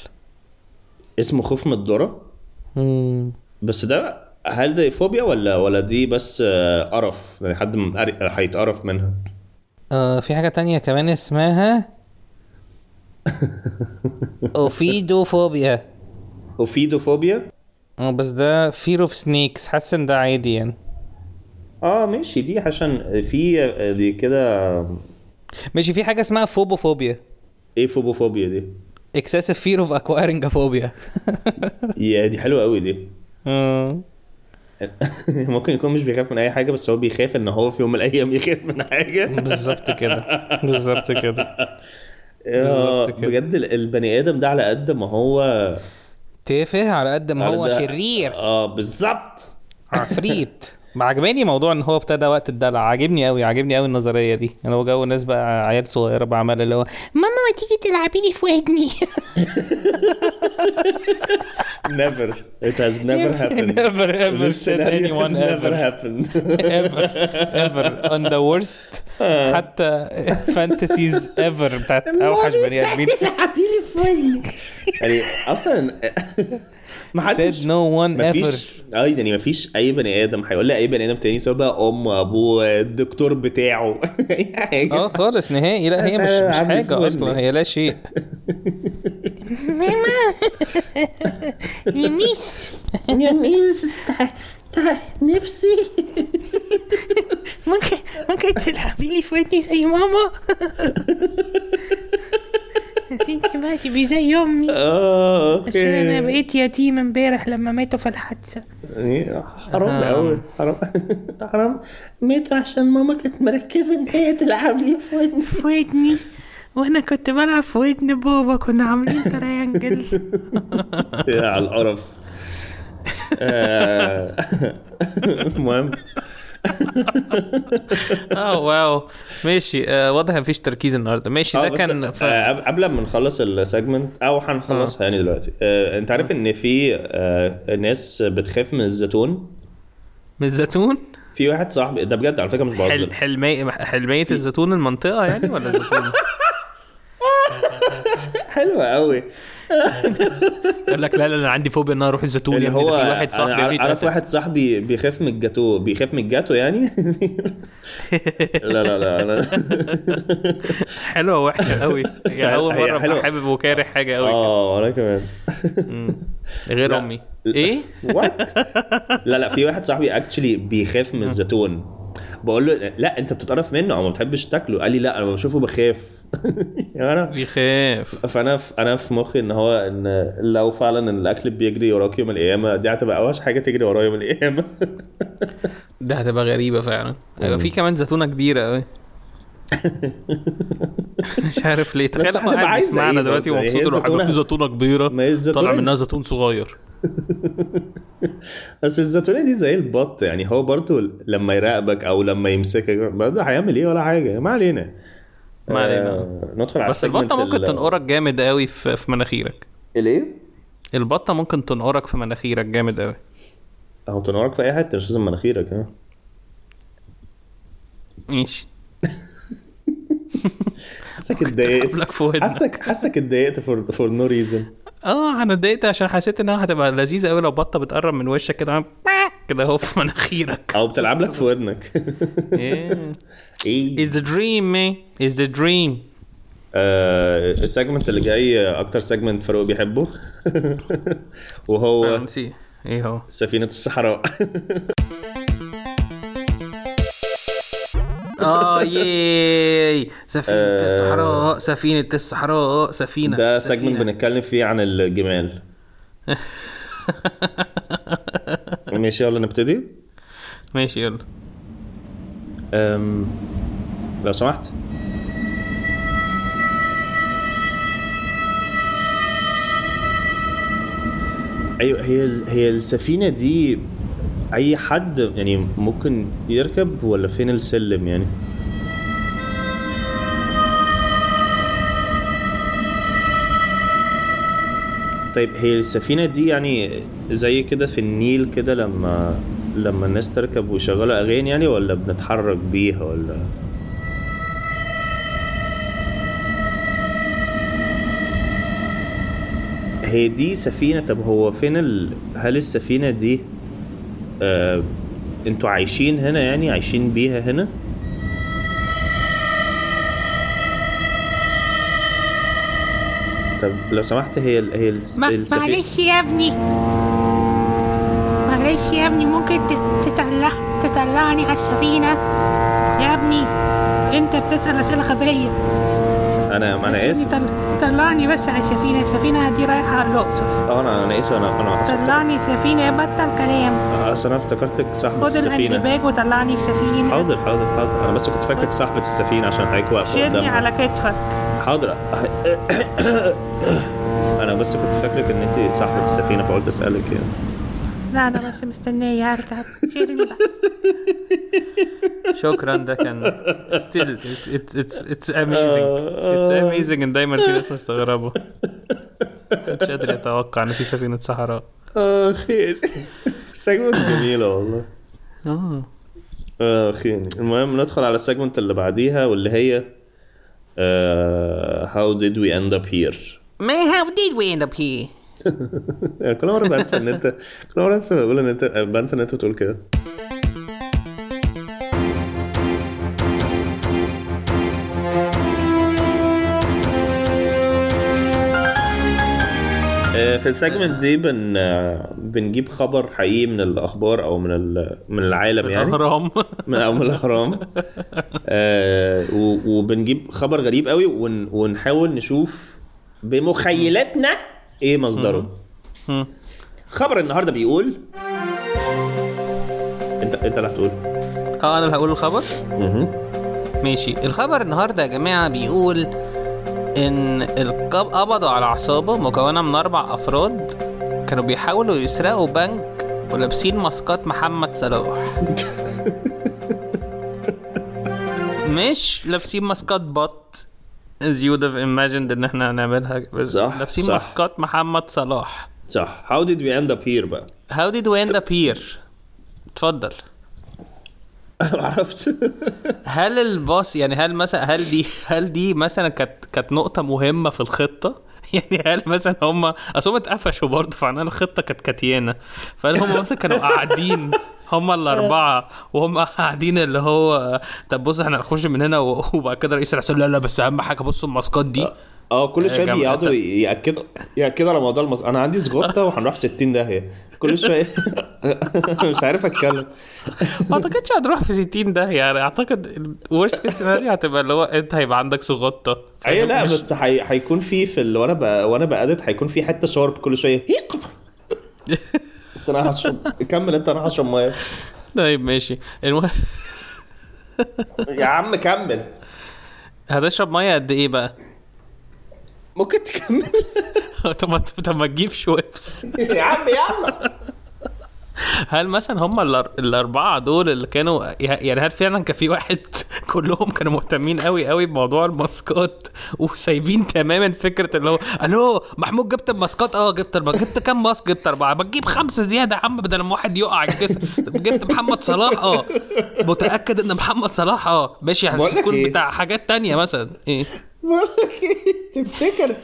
B: اسمه خوف من الذرة بس ده هل ده فوبيا ولا ولا دي بس آه، قرف يعني حد م- قر- هيتقرف منها
A: آه في حاجة تانية كمان اسمها اوفيدوفوبيا
B: اوفيدوفوبيا
A: اه بس ده فير اوف سنيكس حاسس ان ده عادي يعني
B: اه ماشي دي عشان في آه، دي كده آه،
A: ماشي في حاجة اسمها فوبوفوبيا
B: ايه فوبوفوبيا دي؟
A: اكسسيف فير اوف اكوايرنج فوبيا
B: يا دي حلوه قوي دي (laughs)
A: آه،
B: ممكن يكون مش بيخاف من اي حاجه بس هو بيخاف ان هو في يوم من الايام يخاف من حاجه
A: بالظبط كده بالظبط كده
B: آه،
A: (laughs) بالظبط كده.
B: بجد ال- البني ادم ده على قد ما هو
A: تافه على قد ما هو
B: على ده-
A: شرير
B: اه بالظبط
A: عفريت ما عجباني موضوع ان هو ابتدى وقت الدلع عاجبني قوي عاجبني قوي النظريه دي انا هو جو الناس بقى عيال صغيره بعمل اللي هو
C: ماما ما تيجي تلعبي لي في (laughs) ودني
B: never it has
A: (laughs)
B: never happened
A: Never ever
B: This
A: said
B: scenario
A: anyone
B: has never
A: ever. (laughs)
B: happened Ah.
A: ever ever on the worst حتى فانتسيز ever
B: (laughs)
A: بتاعت اوحش بني ادمين
C: تلعبي لي في ودني
B: يعني اصلا
A: said no one ever
B: مفيش اه يعني مفيش اي بني ادم هيقول لي اي بني ادم تاني سواء بقى امه ابوه الدكتور بتاعه (laughs) اي حاجه
A: اه خالص نهائي لا
B: آه،
A: هي مش مش
B: عم
A: حاجه
B: بيقول
A: اصلا
B: لي.
A: هي لا (laughs) شيء
C: (laughs) ماما ميس
B: يا ميس يعني نفسي
C: ممكن ممكن تلعبي لي في ودني زي (laughs) ماما بس انت بقى تبقي زي امي
B: اه
C: بس انا
B: اوكي
C: بقيت يتيم امبارح لما ماتوا في الحادثه
B: يعني حرام
A: آه.
B: قوي حرام (laughs) حرام ماتوا عشان ماما كانت مركزه ان هي تلعب لي في ودني
C: في ودني وانا كنت بلعب في ودن بابا كنا عاملين تريانجل
B: على القرف آه. (laughs) المهم
A: اه واو ماشي آه واضح مفيش تركيز النهارده ماشي
B: آه،
A: ده
B: بس،
A: كان ف...
B: آه، قبل- قبل ما نخلص السيجمنت او هنخلصها يعني دلوقتي آه، انت عارف ان في آه، ناس بتخاف من الزيتون
A: من الزيتون
B: في واحد صاحبي ده بجد على فكره مش
A: حل...
B: بهزر
A: حلمية حلمية الزيتون المنطقة يعني ولا
B: (laughs)
A: الزيتون؟
B: حلوه قوي
A: يقول لك لا لا انا عندي فوبيا ان انا اروح الزيتون
B: اللي
A: يا ابني
B: هو
A: ده في واحد صاحبي
B: أنا
A: يا ابني
B: عارف
A: اتقتل.
B: واحد صاحبي بيخاف من الجاتو بيخاف من الجاتو
A: (laughs)
B: يعني لا لا لا انا
A: حلوة وحشة
B: (laughs)
A: قوي يعني أول
B: هي
A: مرة
B: حلوة.
A: أبقى حابب وكاره حاجة قوي
B: اه انا كمان
A: غير
B: لا.
A: أمي إيه؟
B: وات (laughs) لا لا في واحد صاحبي اكشلي بيخاف من الزيتون بقول له لا انت بتتقرف منه او ما بتحبش تاكله قال لي لا انا لما بشوفه بخاف (laughs) يعني انا
A: بيخاف
B: فانا في انا في مخي ان هو ان لو فعلا الاكل بيجري وراك يوم القيامه دي هتبقى اوحش حاجه تجري ورا يوم القيامه
A: ده هتبقى غريبة فعلا
B: أمم.
A: هيبقى في كمان زيتونة كبيرة
B: (laughs)
A: قوي مش عارف ليه تخيل
B: هتبقى
A: هو قاعد
B: عايزة
A: بيسمعنا
B: إيه
A: دلوقتي
B: برضه؟ هي
A: ومبسوط انه هيبقى
B: الزيتونة-
A: في زيتونة كبيرة
B: ما هي الزيتونة
A: طلع
B: زي-
A: منها زيتون صغير
B: (laughs) بس الزيتونه دي زي البط يعني هو برضو لما يراقبك او لما يمسكك برضو هيعمل ايه ولا حاجه ما علينا
A: ما علينا.
B: آه ندخل على
A: بس البطة
B: السيجمنت
A: ممكن
B: ال-
A: تنقرك جامد قوي في في مناخيرك
B: الايه؟
A: البطة ممكن تنقرك في مناخيرك جامد قوي
B: او تنقرك في اي حته مش لازم مناخيرك ها
A: ماشي
B: حاسك اتضايقت
A: قبلك في ودنك
B: حاسك حاسك اتضايقت فور فور نو ريزن
A: اه انا اتضايقت عشان حسيت انها هتبقى لذيذه قوي لو بطه بتقرب من وشك كده عم- كده هو في مناخيرك
B: او بتلعب لك في ودنك
A: (laughs) إيه.
B: ايه
A: It's the dream man It's the dream
B: آه، السيجمنت اللي جاي اكتر سيجمنت فاروق بيحبه (laughs) وهو
A: نسي ايه هو
B: سفينه الصحراء
A: اه ياي سفينه
B: آه.
A: الصحراء سفينه الصحراء سفينه
B: ده
A: سفينة.
B: سيجمنت بنتكلم فيه عن
A: (laughs)
B: الجمال ماشي يلا نبتدي
A: ماشي يلا
B: أم... لو سمحت ايوه هي ال- هي السفينه دي اي حد يعني ممكن يركب ولا فين السلم يعني طيب هي السفينة دي يعني زي كده في النيل كده لما لما الناس تركب ويشغلوا أغاني يعني ولا بنتحرك بيها ولا هي دي سفينة طب هو فين ال... هل السفينة دي آه... انتوا عايشين هنا يعني عايشين بيها هنا؟ طب لو سمحت هي ال... هي الس...
C: ما-
B: السفينة
C: معلش يا ابني معلش يا ابني ممكن تت- تطلع تطلعني على السفينه يا ابني انت بتسال اسئله غبيه
B: انا ما
C: بس
B: انا
C: ابني
B: اسف
C: طل- طلعني بس على السفينه السفينه دي رايحه على الاقصر
B: اه انا انا اسف انا انا اسف
C: طلعني السفينه بطل كلام
B: اصل انا افتكرتك صاحبة
C: خد
B: السفينة
C: الانتباه وطلعني السفينه
B: حاضر حاضر حاضر انا بس كنت فاكرك صاحبة السفينة عشان حضرتك واقفة
C: شيلني
B: قدام
C: على كتفك
B: حاضر (coughs) انا بس كنت فاكرك ان انت صاحبة السفينة فقلت اسألك يعني
C: لا انا بس مستنيه ارتب شيلني بقى
A: شكرا ده كان still it's it's it's, it's amazing it's amazing ان دايما في ناس مستغربه مش قادر يتوقع ان في سفينه صحراء
B: اه خير (laughs) سيجمنت جميلة والله
A: اه
B: اه خير المهم ندخل على السيجمنت اللي بعديها واللي هي آه، how did we end up here
D: Man, how did we end up here?
B: يعني كل مره بنسى ان انت كل مره بنسى بقول ان انت بنسى ان انت بتقول كده آه، في السيجمنت دي بن آه، بنجيب خبر حقيقي من الاخبار او من ال- من العالم يعني
A: الاهرام
B: من أم الهرم آه و- وبنجيب خبر غريب قوي ون ونحاول نشوف بمخيلاتنا ايه مصدره
A: مم.
B: خبر النهارده بيقول انت انت اللي هتقول
A: اه انا اللي هقول الخبر
B: مهم.
A: ماشي الخبر النهارده يا جماعه بيقول ان القب قبضوا على عصابه مكونه من اربع افراد كانوا بيحاولوا يسرقوا بنك ولابسين ماسكات محمد صلاح
B: (laughs)
A: مش لابسين ماسكات بط as you would have imagined ان احنا هنعملها بس
B: صح،
A: لابسين
B: صح.
A: ماسكات محمد صلاح
B: صح how did we end up here بقى (laughs)
A: how did we end up here اتفضل
B: انا ما (laughs) عرفت
A: هل الباص يعني هل مثلا هل دي هل دي مثلا كانت كانت نقطة مهمة في الخطة؟ (laughs) يعني هل مثلا هم اصل هم اتقفشوا برضه فعنها الخطة كانت كتيانة فهل هم مثلا كانوا قاعدين هم الأربعة وهم قاعدين اللي هو طب بص احنا هنخش من هنا و- وبعد كده رئيس العسل لا لا بس أهم حاجة بصوا الماسكات دي
B: اه كل شويه
A: جامعة.
B: بيقعدوا ياكدوا ياكدوا على موضوع المص... انا عندي سجوطه وهنروح في 60 داهيه كل شويه (laughs) مش عارف اتكلم
A: ما اعتقدش هنروح في 60 ده يعني اعتقد worst case scenario هتبقى اللي هو انت هيبقى عندك سغطة
B: ايوه لا
A: مش-
B: بس حي... هيكون في في ال... وانا ب... وانا بأدت هيكون في حته شارب كل شويه هيق بس انا هشرب كمل انت انا هشرب ميه
A: طيب ماشي المهم
B: يا عم كمل
A: هتشرب مية قد ايه بقى؟
B: ممكن تكمل (laughs)
A: (laughs) طب ما طب ما تجيبش ويبس
B: يا عم يلا
A: هل مثلا هم الأر- الاربعه دول اللي كانوا يعني هل فعلا كان في واحد (laughs) كلهم كانوا مهتمين قوي قوي بموضوع الماسكات وسايبين تماما فكره اللي هو الو محمود جبت الماسكات اه جبت الم... جبت كام ماسك جبت اربعه ما تجيب خمسه زياده يا عم بدل ما واحد يقع يتكسر طب جبت محمد صلاح اه متاكد ان محمد صلاح اه ماشي
B: بقول لك
A: هتكون
B: إيه؟
A: بتاع حاجات تانية مثلا ايه
B: بقول لك ايه تفتكر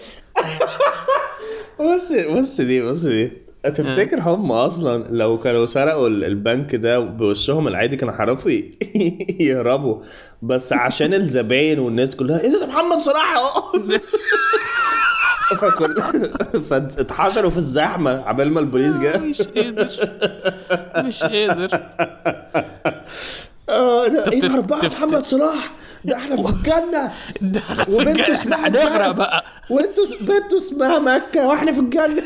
B: بص بص دي بص دي تفتكر هم اصلا لو كانوا سرقوا ال- البنك ده بوشهم العادي كانوا هيعرفوا ي- (laughs) يهربوا بس عشان الزباين والناس كلها ايه ده محمد صلاح (laughs) اهو فكل (laughs) فاتحشروا في الزحمه عبال ما البوليس جه
A: مش قادر مش قادر (laughs)
B: آه، ده ايه
A: تفت-
B: ده بقى
A: تفت-
B: محمد صلاح ده احنا في الجنه
A: ده أنا في
B: وبنته
A: الجنة،
B: اسمها
A: هنغرق
B: الجنة.
A: بقى
B: وانتوا بنته اسمها مكه واحنا في (laughs) الجنه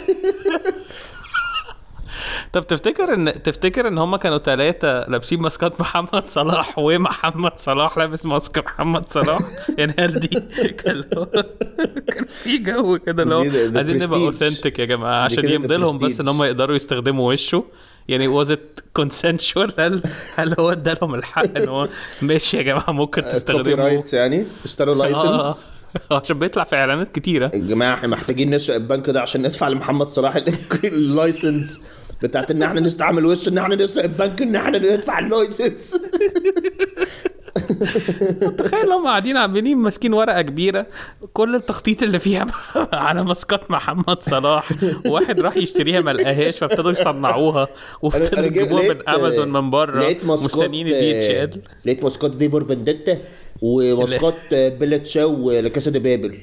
A: طب تفتكر ان تفتكر ان هم كانوا ثلاثه لابسين ماسكات محمد صلاح ومحمد صلاح لابس ماسك محمد
B: (laughs)
A: صلاح يعني هل دي كان لو- كان في جو كده اللي هو
B: دي- ده- ده
A: عايزين نبقى
B: prestige.
A: اوثنتيك يا جماعه عشان
B: كده ده
A: يمضي لهم بس ان
B: prestige.
A: هم يقدروا يستخدموا وشه يعني was it consensual هل هل هو ادالهم الحق ان هو ماشي يا جماعه ممكن
B: كوبي
A: تستخدموا
B: رايتس يعني اشتروا
A: آه،
B: لايسنس
A: آه، عشان بيطلع في اعلانات كتيره
B: يا جماعه احنا محتاجين نسرق البنك ده عشان ندفع لمحمد صلاح ال- اللايسنس بتاعت ان احنا نستعمل وش ان احنا نسرق البنك ان احنا ندفع اللايسنس
A: تخيل هم قاعدين عاملين ماسكين ورقه كبيره كل التخطيط اللي فيها (laughs) على ماسكات محمد صلاح واحد راح يشتريها ما لقاهاش فابتدوا يصنعوها وابتدوا
B: جاي-
A: يجيبوها من
B: لقيت- آه،
A: امازون من بره
B: لقيت ماسكات
A: مستنيين الدي اتش
B: آه،
A: ال
B: لقيت ماسكات فيفور فنديتا وماسكات آه، بيلا تشاو لكاسا دي بابل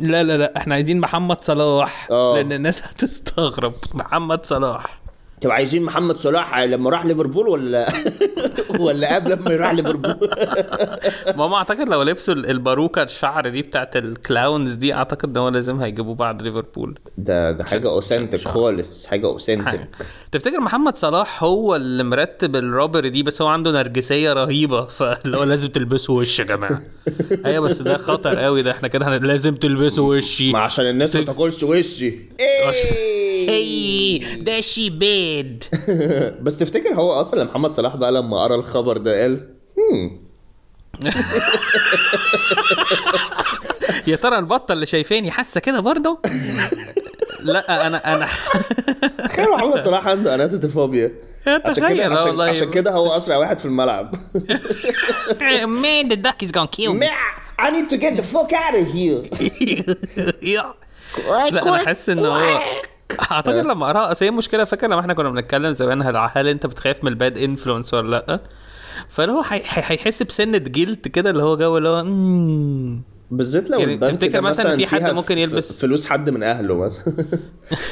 A: لا لا لا احنا عايزين محمد صلاح
B: آه.
A: لان الناس هتستغرب محمد صلاح
B: طب عايزين محمد صلاح لما راح ليفربول ولا (laughs) ولا قبل ما يروح ليفربول
A: ما هم اعتقد لو لبسوا ال- الباروكه الشعر دي بتاعت الكلاونز دي اعتقد ان هو لازم هيجيبوه بعد ليفربول
B: (laughs) ده ده حاجه اوثنتك خالص حاجه اوثنتك
A: حاجة. تفتكر محمد صلاح هو اللي مرتب الروبري دي بس هو عنده نرجسيه رهيبه فاللي هو لازم تلبسوا وش يا جماعه ايوه بس ده خطر قوي ده احنا كده هن- لازم تلبسوا وشي
B: ما عشان الناس
A: طيب.
B: ما
A: (laughs)
B: تاكلش وشي ايه
A: ده شي بيد
B: (laughs) بس تفتكر هو اصلا محمد صلاح بقى لما قرا الخبر ده قال هم
A: يا ترى البطه اللي شايفاني حاسه كده برضه لا انا انا
B: تخيل محمد
A: (laughs)
B: صلاح عنده اناتوفوبيا عشان كده
A: تخيل
B: عشان,
A: والله.
B: عشان كده هو
A: (laughs)
B: اسرع واحد في الملعب
A: (laughs)
B: (laughs)
A: man the duck is gonna kill me
B: I need
A: (laughs)
B: to get the fuck out of here
A: لا انا حاسس ان هو
B: آه.
A: اعتقد لما اقراها اصل هي المشكله فاكر لما احنا كنا بنتكلم زمان هل, هل انت بتخاف من الباد انفلونس ولا لا فاللي هو هي- هي- هيحس بسنه جلد كده اللي هو جو اللي هو مم. (laughs)
B: بالذات لو
A: يعني
B: البنك
A: تفتكر
B: ده
A: مثلاً في حد
B: فيها
A: ممكن
B: ف-
A: يلبس-
B: فلوس حد من اهله مثلا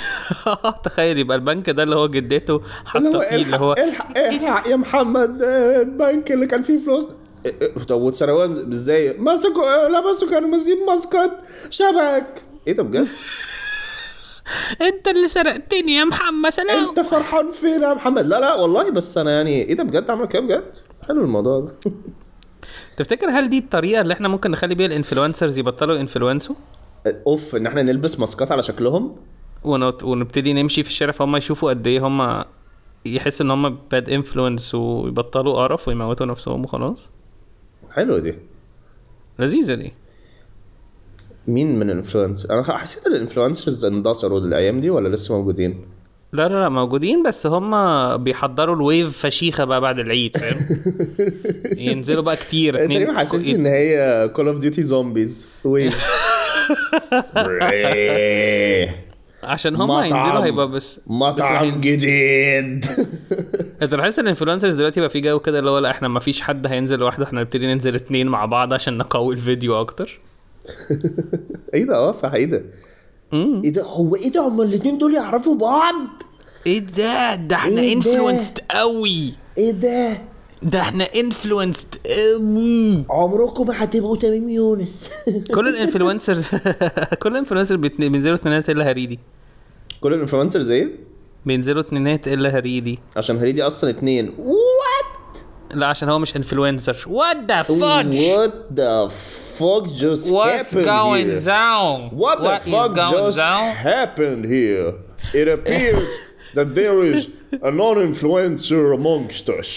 B: (laughs)
A: تخيل يبقى البنك ده اللي هو جدته
B: اللي
A: حاطه
B: هو إيه
A: فيه اللي
B: الحق-
A: هو
B: الحق الحق يا محمد آه، البنك اللي كان فيه فلوس آه، آه، طب واتسرقوها ازاي؟ مسكوا آه، لبسوا كانوا ماسكين ماسكات شبك ايه ده (laughs) بجد؟
A: انت اللي سرقتني يا محمد انا
B: انت فرحان فين يا محمد؟ لا لا والله بس انا يعني ايه ده بجد عمل كده بجد؟ حلو الموضوع ده (laughs)
A: تفتكر هل دي الطريقه اللي احنا ممكن نخلي بيها الانفلونسرز يبطلوا انفلونسو
B: اوف ان احنا نلبس ماسكات على شكلهم
A: ونط- ونبتدي نمشي في الشارع فهم يشوفوا قد ايه هم يحس ان هم باد انفلونس ويبطلوا قرف ويموتوا نفسهم وخلاص
B: حلو دي
A: لذيذه دي
B: مين من الانفلونسرز؟ انا حسيت الانفلونسرز اندثروا الايام دي ولا لسه موجودين؟
A: لا لا لا موجودين بس هم بيحضروا الويف فشيخه بقى بعد العيد
B: (laughs)
A: فاهم ينزلوا بقى كتير
B: انت ليه
A: اتنين-
B: حاسس ان هي كول اوف ديوتي زومبيز
A: (laughs)
B: وي
A: عشان هم
B: مطعم.
A: هينزلوا هيبقى بس بس
B: مطعم
A: هينز- (laughs)
B: جديد
A: انت لاحظت ان الانفلونسرز دلوقتي بقى في جو كده اللي هو لا احنا ما فيش حد هينزل لوحده احنا نبتدي ننزل اتنين مع بعض عشان نقوي الفيديو اكتر
B: ايه ده اه صح ايه ده
A: مم.
B: ايه ده هو ايه ده هما الاتنين دول يعرفوا بعض
D: Eh,
A: ايه ده ده احنا
B: ايه ده؟
A: influenced قوي
B: ايه ده
A: ده احنا انفلونسد قوي
B: عمركم ما هتبقوا تميم يونس (laughs)
A: كل الانفلونسرز (laughs) كل الانفلونسرز بيتن- بينزلوا اتنينات الا هريدي
B: كل الانفلونسرز ايه
A: بينزلوا اتنينات الا هريدي
B: عشان هريدي اصلا اتنين وات
A: لا عشان هو مش انفلونسر وات ذا فudge
B: وات ذا فوك جوست
A: واتس جوينج داون
B: What the fuck just happened here? It (laughs) appears that there is a non-influencer amongst (laughs) us.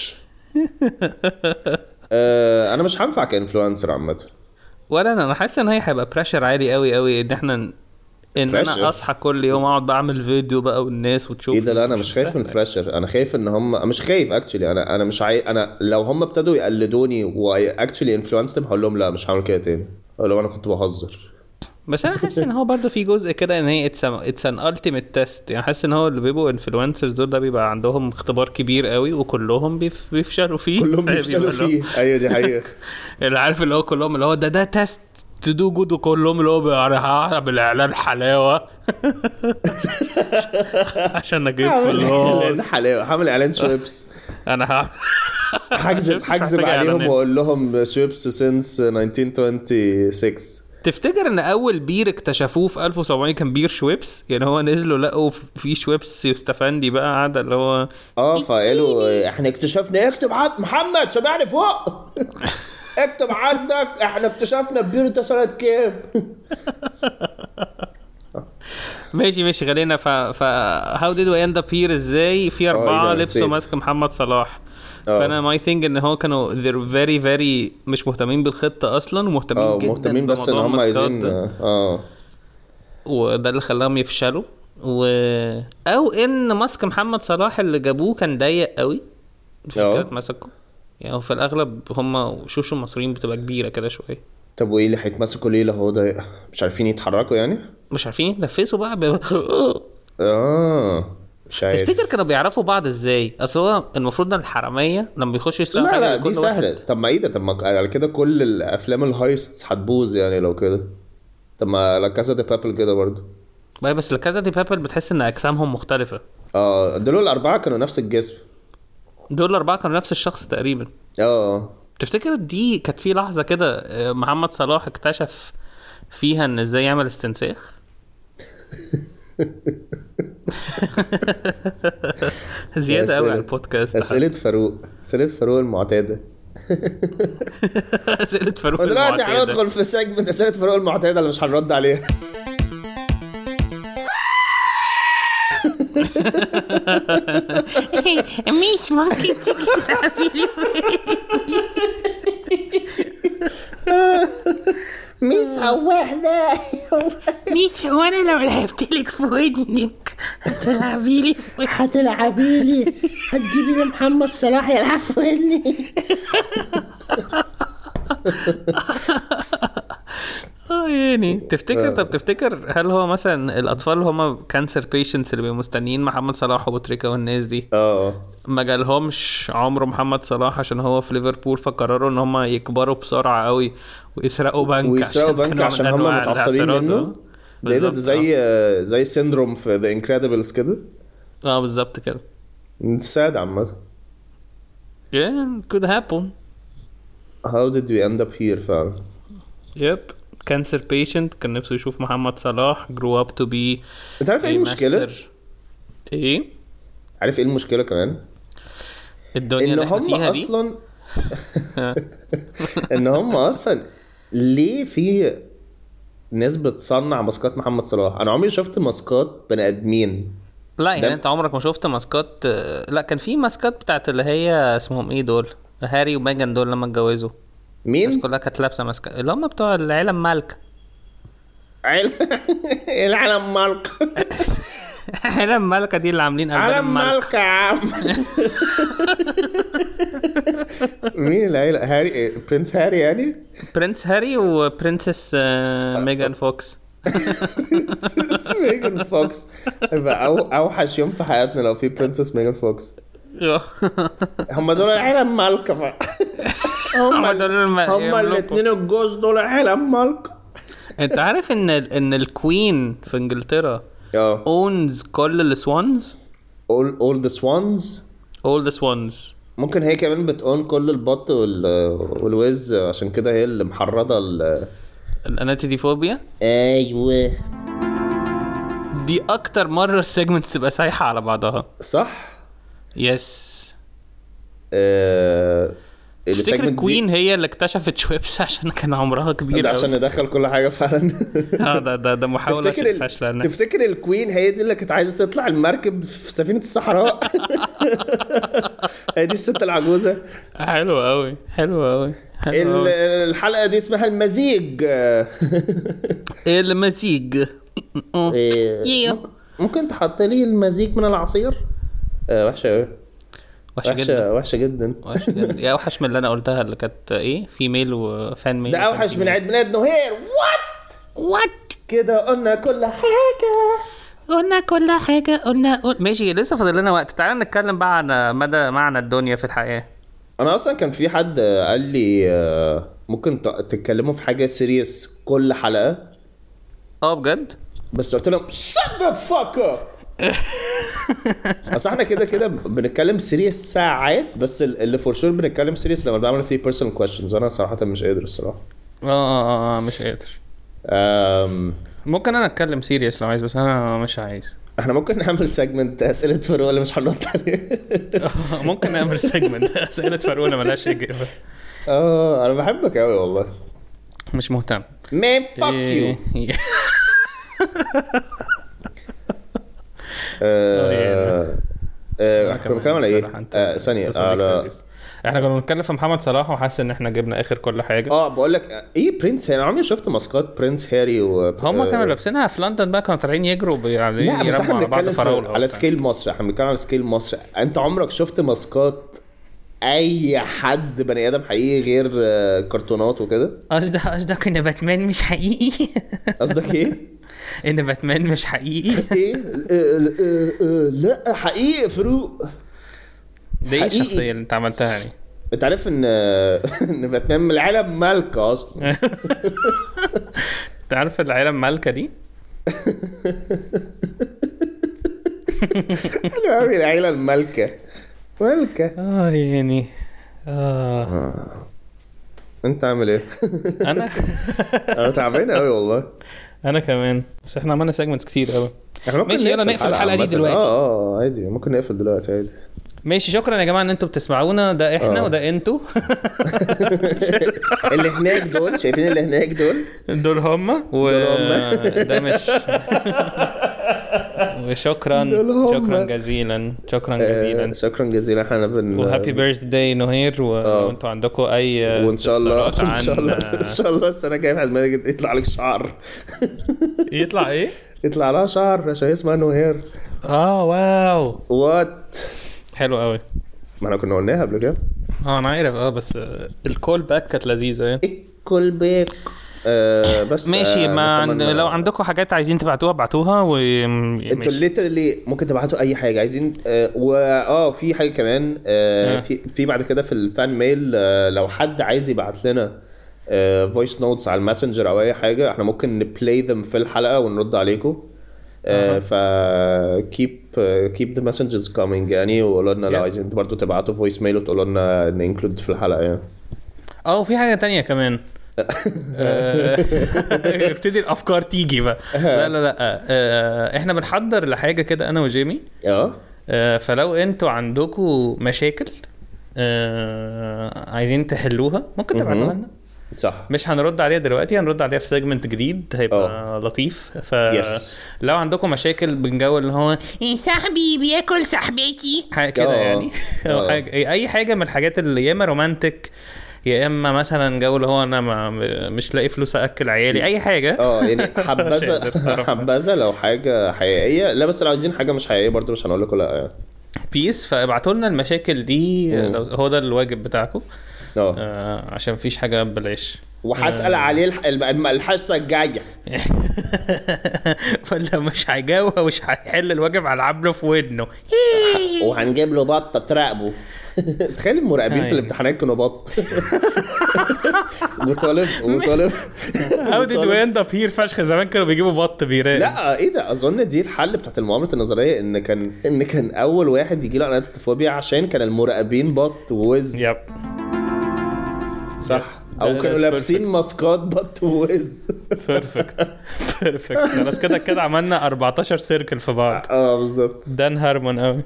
B: آه، انا مش هنفع كانفلونسر عامه
A: ولا انا انا حاسس ان هي هيبقى بريشر عالي قوي قوي ان احنا ن- ان
B: Pressure.
A: انا اصحى كل يوم اقعد بعمل فيديو بقى والناس وتشوف
B: ايه ده لا انا مش خايف من البريشر انا خايف ان هم مش خايف اكشلي انا انا مش عاي... انا لو هم ابتدوا يقلدوني واكشلي انفلونسد هقول لهم لا مش هعمل كده تاني اقول لهم انا كنت بهزر (laughs)
A: بس انا حاسس ان هو برضه في جزء كده ان هي اتس ان التيميت تيست يعني حاسس ان هو اللي بيبقوا انفلونسرز دول ده بيبقى عندهم اختبار كبير قوي وكلهم بيف- بيفشلوا فيه (laughs)
B: كلهم
A: فبيبقى
B: بيفشلوا
A: اللي هو-
B: فيه ايوه دي (laughs) حقيقه
A: اللي عارف اللي هو كلهم اللي هو ده ده تيست تو دو جود وكلهم اللي هو بي- انا هعمل اعلان حلاوه (laughs) عشان اجيب
B: هعمل اعلان
A: فلوس
B: حلاوه هعمل اعلان (laughs) شويبس
A: انا هعمل
B: هكذب
A: مش
B: هكذب
A: محتاجة
B: عليهم
A: إعلانات.
B: واقول لهم شيبس سينس 1926
A: تفتكر ان اول بير اكتشفوه في 1700 كان بير شويبس يعني هو نزلوا لقوا في شويبس يستفندي بقى قاعده اللي هو
B: اه فقالوا احنا اكتشفنا اكتب عند محمد سامعني فوق (laughs) اكتب عندك احنا اكتشفنا البير ده سنه كام
A: ماشي ماشي خلينا ف ف هاو ديد وي اند اب هير ازاي في
B: إيه
A: اربعه
B: ده؟
A: لبسوا
B: نسيت.
A: ماسك محمد صلاح
B: آه.
A: فانا ماي ثينج ان هو كانوا they're فيري فيري مش مهتمين بالخطه اصلا ومهتمين
B: اه
A: جدا
B: مهتمين بس ان
A: بموضوع
B: هم
A: الماسكات
B: عايزين
A: ده.
B: اه
A: وده اللي خلاهم يفشلوا و... او ان ماسك محمد صلاح اللي جابوه كان ضيق قوي في
B: آه.
A: كانت ماسكه يعني هو في الاغلب هم وشوش المصريين بتبقى كبيره كده شويه
B: طب وايه اللي هيتمسكوا ليه لو هو ده مش عارفين يتحركوا يعني
A: مش عارفين يتنفسوا بقى ب...
B: (laughs) اه مش عارف
A: تفتكر كانوا بيعرفوا بعض ازاي؟ اصل هو المفروض ان الحراميه لما بيخشوا يسرقوا
B: لا
A: حاجه
B: لا
A: بيكون
B: دي
A: واحد-
B: سهلة طب ما ايه ده طب ما على كده كل الافلام الهايست هتبوظ يعني لو كده طب ما لا كاسا دي بابل كده برضه
A: بقى بس لكذا دي بابل بتحس ان اجسامهم مختلفه
B: اه دول الاربعه كانوا نفس الجسم
A: دول الاربعه كانوا نفس الشخص تقريبا
B: اه
A: تفتكر دي كانت في لحظه كده آه، محمد صلاح اكتشف فيها ان ازاي يعمل استنساخ زياده قوي على البودكاست (laughs)
B: اسئله فاروق اسئله فاروق المعتاده
A: اسئله فاروق
B: ودلوقتي
A: المعتادة.
B: هندخل في سيجمنت اسئله فاروق المعتاده اللي مش هنرد عليها
C: مش ممكن تيجي تعملي
B: ميس واحده
C: مش وانا لو لعبتلك في ودنك هتلعبي لي في ودنك.
B: هتلعبي لي هتجيبي لي محمد صلاح يلعب في
A: اه يعني تفتكر
B: آه.
A: طب تفتكر هل هو مثلا الاطفال اللي هم كانسر بيشنتس اللي بيبقوا مستنيين محمد صلاح وابو تريكه والناس دي
B: اه اه
A: ما جالهمش عمر محمد صلاح عشان هو في ليفربول فقرروا ان هم يكبروا بسرعه قوي ويسرقوا بنك
B: ويسرقوا بنك
A: كانوا
B: عشان
A: من
B: هم
A: أنواع
B: متعصبين
A: الاعتراض.
B: منه ده إيه ده
A: بالظبط،
B: ده زي آه، زي سيندروم في ذا انكريدبلز كده
A: اه, آه بالظبط كده
B: ساد عامة
A: yeah could happen
B: how did we end up here فعلا
A: يب كانسر بيشنت كان نفسه يشوف محمد صلاح جرو اب تو بي
B: انت عارف ايه المشكله؟
A: ايه
B: عارف ايه المشكله كمان؟
A: الدنيا
B: ان
A: اللي احنا
B: هم
A: فيها دي (laughs)
B: اصلا ان هم اصلا ليه في ناس بتصنع ماسكات محمد صلاح؟ انا عمري شفت ماسكات بني ادمين
A: لا يعني
B: ده-
A: انت عمرك ما شفت ماسكات آه، لا كان في ماسكات بتاعت اللي هي اسمهم ايه دول هاري وميجان دول لما اتجوزوا الناس
B: مين؟
A: كلها كانت لابسه ماسكات اللي هم بتوع العيله (laughs) المالكه
B: عيل- العلم مالك
A: العيله المالكه دي اللي عاملين ألبان
B: علم
A: المالكة.
B: مالك يا عم مين العيلة؟ هاري إيه، برنس هاري يعني؟ (laughs)
A: برنس هاري وبرنسس آه، ميجان فوكس
B: برنسس ميجان فوكس هيبقى أو اوحش يوم في حياتنا لو في برنسس ميجان فوكس
A: (laughs)
B: هم دول العيلة المالكة بقى. هم
A: هم
B: ال-
A: دول الم-
B: هم
A: يملكوا.
B: الاثنين الجوز دول العيلة المالكة
A: انت عارف ان ال- ان الكوين في انجلترا
B: اه
A: اونز كل السوانز
B: all, all the swans
A: اول ذا سوانز
B: ممكن هي كمان بتقون كل البط وال... والوز عشان كده هي اللي محرضة ال...
A: الاناتيدي فوبيا
B: ايوه
A: دي اكتر مره السيجمنتس تبقى سايحه على بعضها
B: صح
A: يس
B: آه...
A: تفتكر
B: السيجمنت دي-
A: كوين هي اللي اكتشفت شويبس (laughs) عشان كان عمرها كبير
B: ده
A: عشان
B: عشان ندخل كل حاجه
A: (laughs)
B: فعلا
A: اه ده ده ده محاولة
B: تفتكر
A: عشان
B: ال...
A: فاشلة إنها-
B: تفتكر الكوين هي دي اللي كانت عايزه تطلع المركب في سفينه الصحراء (laughs) هي دي الست العجوزه
A: حلو قوي حلو قوي حلو
B: ال...
A: قوي
B: الحلقه دي اسمها المزيج
A: المزيج
B: إيه، ممكن- ممكن تحط لي المزيج من العصير آه، وحشه أوي.
A: وحش جدا
B: وحشه وحشه جدا
A: وحش (laughs) جدا يا اوحش من اللي انا قلتها اللي كانت ايه فيميل وفان ميل
B: ده اوحش من عيد ميلاد نهير وات
A: وات
B: كده قلنا كل حاجه
A: قلنا كل حاجة قلنا قل- ماشي لسه فاضل لنا وقت تعال نتكلم بقى عن مدى معنى الدنيا في الحياة
B: انا اصلا كان في حد قال لي آه، ممكن ت- تتكلموا في حاجه سيريس كل حلقه
A: اه بجد
B: بس قلت لهم shut the fuck
A: (laughs)
B: up اصل احنا كده كده بنتكلم سيريس ساعات بس ال- اللي فور شور بنتكلم سيريس لما بعمل فيه personal questions وانا صراحه مش قادر الصراحه
A: اه اه اه مش قادر
B: أم،
A: ممكن انا اتكلم سيريس لو عايز بس انا مش عايز (laughs)
B: احنا ممكن نعمل سيجمنت اسئله فروه اللي مش هنرد (laughs) عليها
A: ممكن نعمل (laughs) سيجمنت اسئله فرقونه ملهاش اجابه
B: اه انا بحبك قوي والله
A: مش مهتم
B: man fuck you
A: (laughs) إيه. إيه،
B: آه، آه، كنا بنتكلم على
A: بصراحة
B: ايه؟
A: أنت-
B: آه، ثانيه
A: أنت صديق
B: على
A: لذيذ. احنا كنا بنتكلم في محمد صلاح وحاسس ان احنا جبنا اخر كل حاجه
B: اه بقول لك ايه برنس هاري انا عمري شفت ماسكات برنس هاري و
A: هم
B: آه،
A: كانوا لابسينها في لندن بقى كانوا طالعين يجروا بي- يعني
B: لا بس
A: يرموا
B: احنا
A: على بعض
B: بنتكلم في-
A: فراوله
B: على
A: وبتاع.
B: سكيل مصر احنا بنتكلم على سكيل مصر انت عمرك شفت ماسكات اي حد بني ادم حقيقي غير آه، كرتونات وكده
A: قصدك قصدك ان باتمان مش حقيقي (laughs)
B: قصدك ايه؟
A: ان باتمان مش حقيقي
B: ايه؟ آه، آه، آه، لا حقيقي فروق
A: ده ايه
B: حقيقي.
A: الشخصيه اللي انت عملتها يعني (laughs)
B: انت عارف ان آه، (laughs) ان باتمان من العالم مالكه
A: (laughs)
B: (laughs) اصلا
A: انت عارف العيله المالكه دي
B: حلو قوي العيله المالكه مالكه
A: اه يعني اه
B: آه. انت عامل ايه؟ (laughs)
A: (laughs) انا
B: انا تعبان قوي والله
A: انا كمان بس احنا عملنا سيجمنتس كتير قوي
B: احنا ممكن
A: ماشي، يلا نقفل الحلقة دي
B: عامة.
A: دلوقتي.
B: اه اه عادي ممكن نقفل دلوقتي عادي
A: ماشي شكرا يا جماعه ان انتوا بتسمعونا ده احنا
B: آه.
A: وده انتوا
B: (laughs) اللي هناك دول شايفين اللي هناك دول
A: دول هما و
B: دول هما.
A: ده مش
B: (laughs)
A: وشكرا
B: دول هما.
A: شكرا جزيلا شكرا جزيلا
B: آه، شكرا جزيلا احنا بن
A: وهابي بيرث داي نهير
B: آه.
A: و- وانتوا عندكم اي
B: وان شاء الله
A: استفسارات
B: ان شاء
A: عن-
B: الله ان شاء الله السنه الجايه بعد ما يجي- يطلع لك شعر
A: يطلع ايه؟
B: (laughs) يطلع لها شعر عشان اسمها نو هير
A: اه واو
B: وات
A: حلو آه، قوي
B: ما احنا كنا قلناها قبل كده
A: آه، اه انا عارف اه بس الكول باك كانت لذيذه
B: الكل بيك آه بس
A: ماشي
B: آه،
A: ما عند...
B: نتمنى-
A: لو عندكم حاجات عايزين تبعتوها ابعتوها و
B: انتوا
A: ماشي.
B: ليترلي ممكن تبعتوا اي حاجه عايزين آه، واه في حاجه كمان آه،
A: آه.
B: في في بعد كده في الفان ميل آه، لو حد عايز يبعت لنا فويس نوتس على الماسنجر او اي حاجه احنا ممكن نبلاي ذم في الحلقه ونرد عليكم آه، ف كيب كيب ذا messages coming يعني وقولوا لنا لو
A: Yeah.
B: عايزين برضه تبعتوا فويس ميل وتقولوا لنا ننكلود في الحلقه يعني
A: اه وفي حاجه تانية
B: (laughs)
A: كمان آه، (laughs) ابتدي الافكار تيجي بقى لا لا لا آه، احنا بنحضر لحاجه كده انا وجيمي
B: اه
A: آه، فلو انتوا عندكم مشاكل آه، عايزين تحلوها ممكن تبعتوها
B: مهم.
A: لنا (laughs)
B: صح
A: مش هنرد عليها دلوقتي هنرد عليها في سيجمنت جديد هيبقى لطيف ف
B: اه. Yes.
A: لو عندكم مشاكل بنجو اللي هو
D: إيه صاحبي بياكل صاحبتي
A: حاجه كده
B: آه.
A: يعني (laughs) أو
B: آه.
A: حاجة اي حاجه من الحاجات اللي يا اما رومانتك يا اما مثلا جو اللي هو انا ما مش لاقي فلوس اكل عيالي اي حاجه
B: اه
A: (laughs)
B: يعني
A: شايف
B: حبذا
A: الطرف ده.
B: (laughs) حبذا لو حاجه حقيقيه لا بس لو عايزين حاجه مش حقيقيه برضه مش هنقول لكم لا يعني
A: بيس فابعتوا لنا المشاكل دي
B: مم.
A: لو هو ده الواجب بتاعكم
B: اه
A: آه عشان مفيش حاجه ببلاش (laughs)
B: وهسأل عليه الح- الم- الحصة الجاية
A: ولا مش هيجاوب مش هيحل الواجب على عبله في ودنه (laughs) إيه.
B: وهنجيب له بطة تراقبه (laughs) تخيل المراقبين
A: أيوة.
B: في الامتحانات كانوا
A: (laughs)
B: بط وطالب وطالب
A: هاو ديد وي
B: وطالب-
A: اند اب هير فشخ زمان كانوا بيجيبوا بط بيراقب
B: لا ايه ده اظن دي الحل بتاعت المعامله النظريه ان كان ان كان اول واحد يجي له عناد الفوبيا عشان كان المراقبين بط ووز
A: يب
B: صح
A: ده-
B: او
A: ده
B: كانوا
A: is
B: لابسين ماسكات
A: (laughs)
B: بط ووز
A: بيرفكت بيرفكت خلاص كده كده عملنا 14 سيركل في بعض
B: اه بالظبط
A: دان هارمون قوي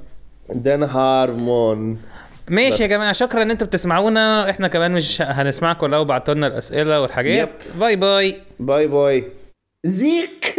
B: دان هارمون
A: ماشي يا
B: بس.
A: جماعه شكرا ان انتوا بتسمعونا احنا كمان مش هنسمعكم لو بعتوا لنا الاسئله والحاجات باي باي
B: باي باي زيك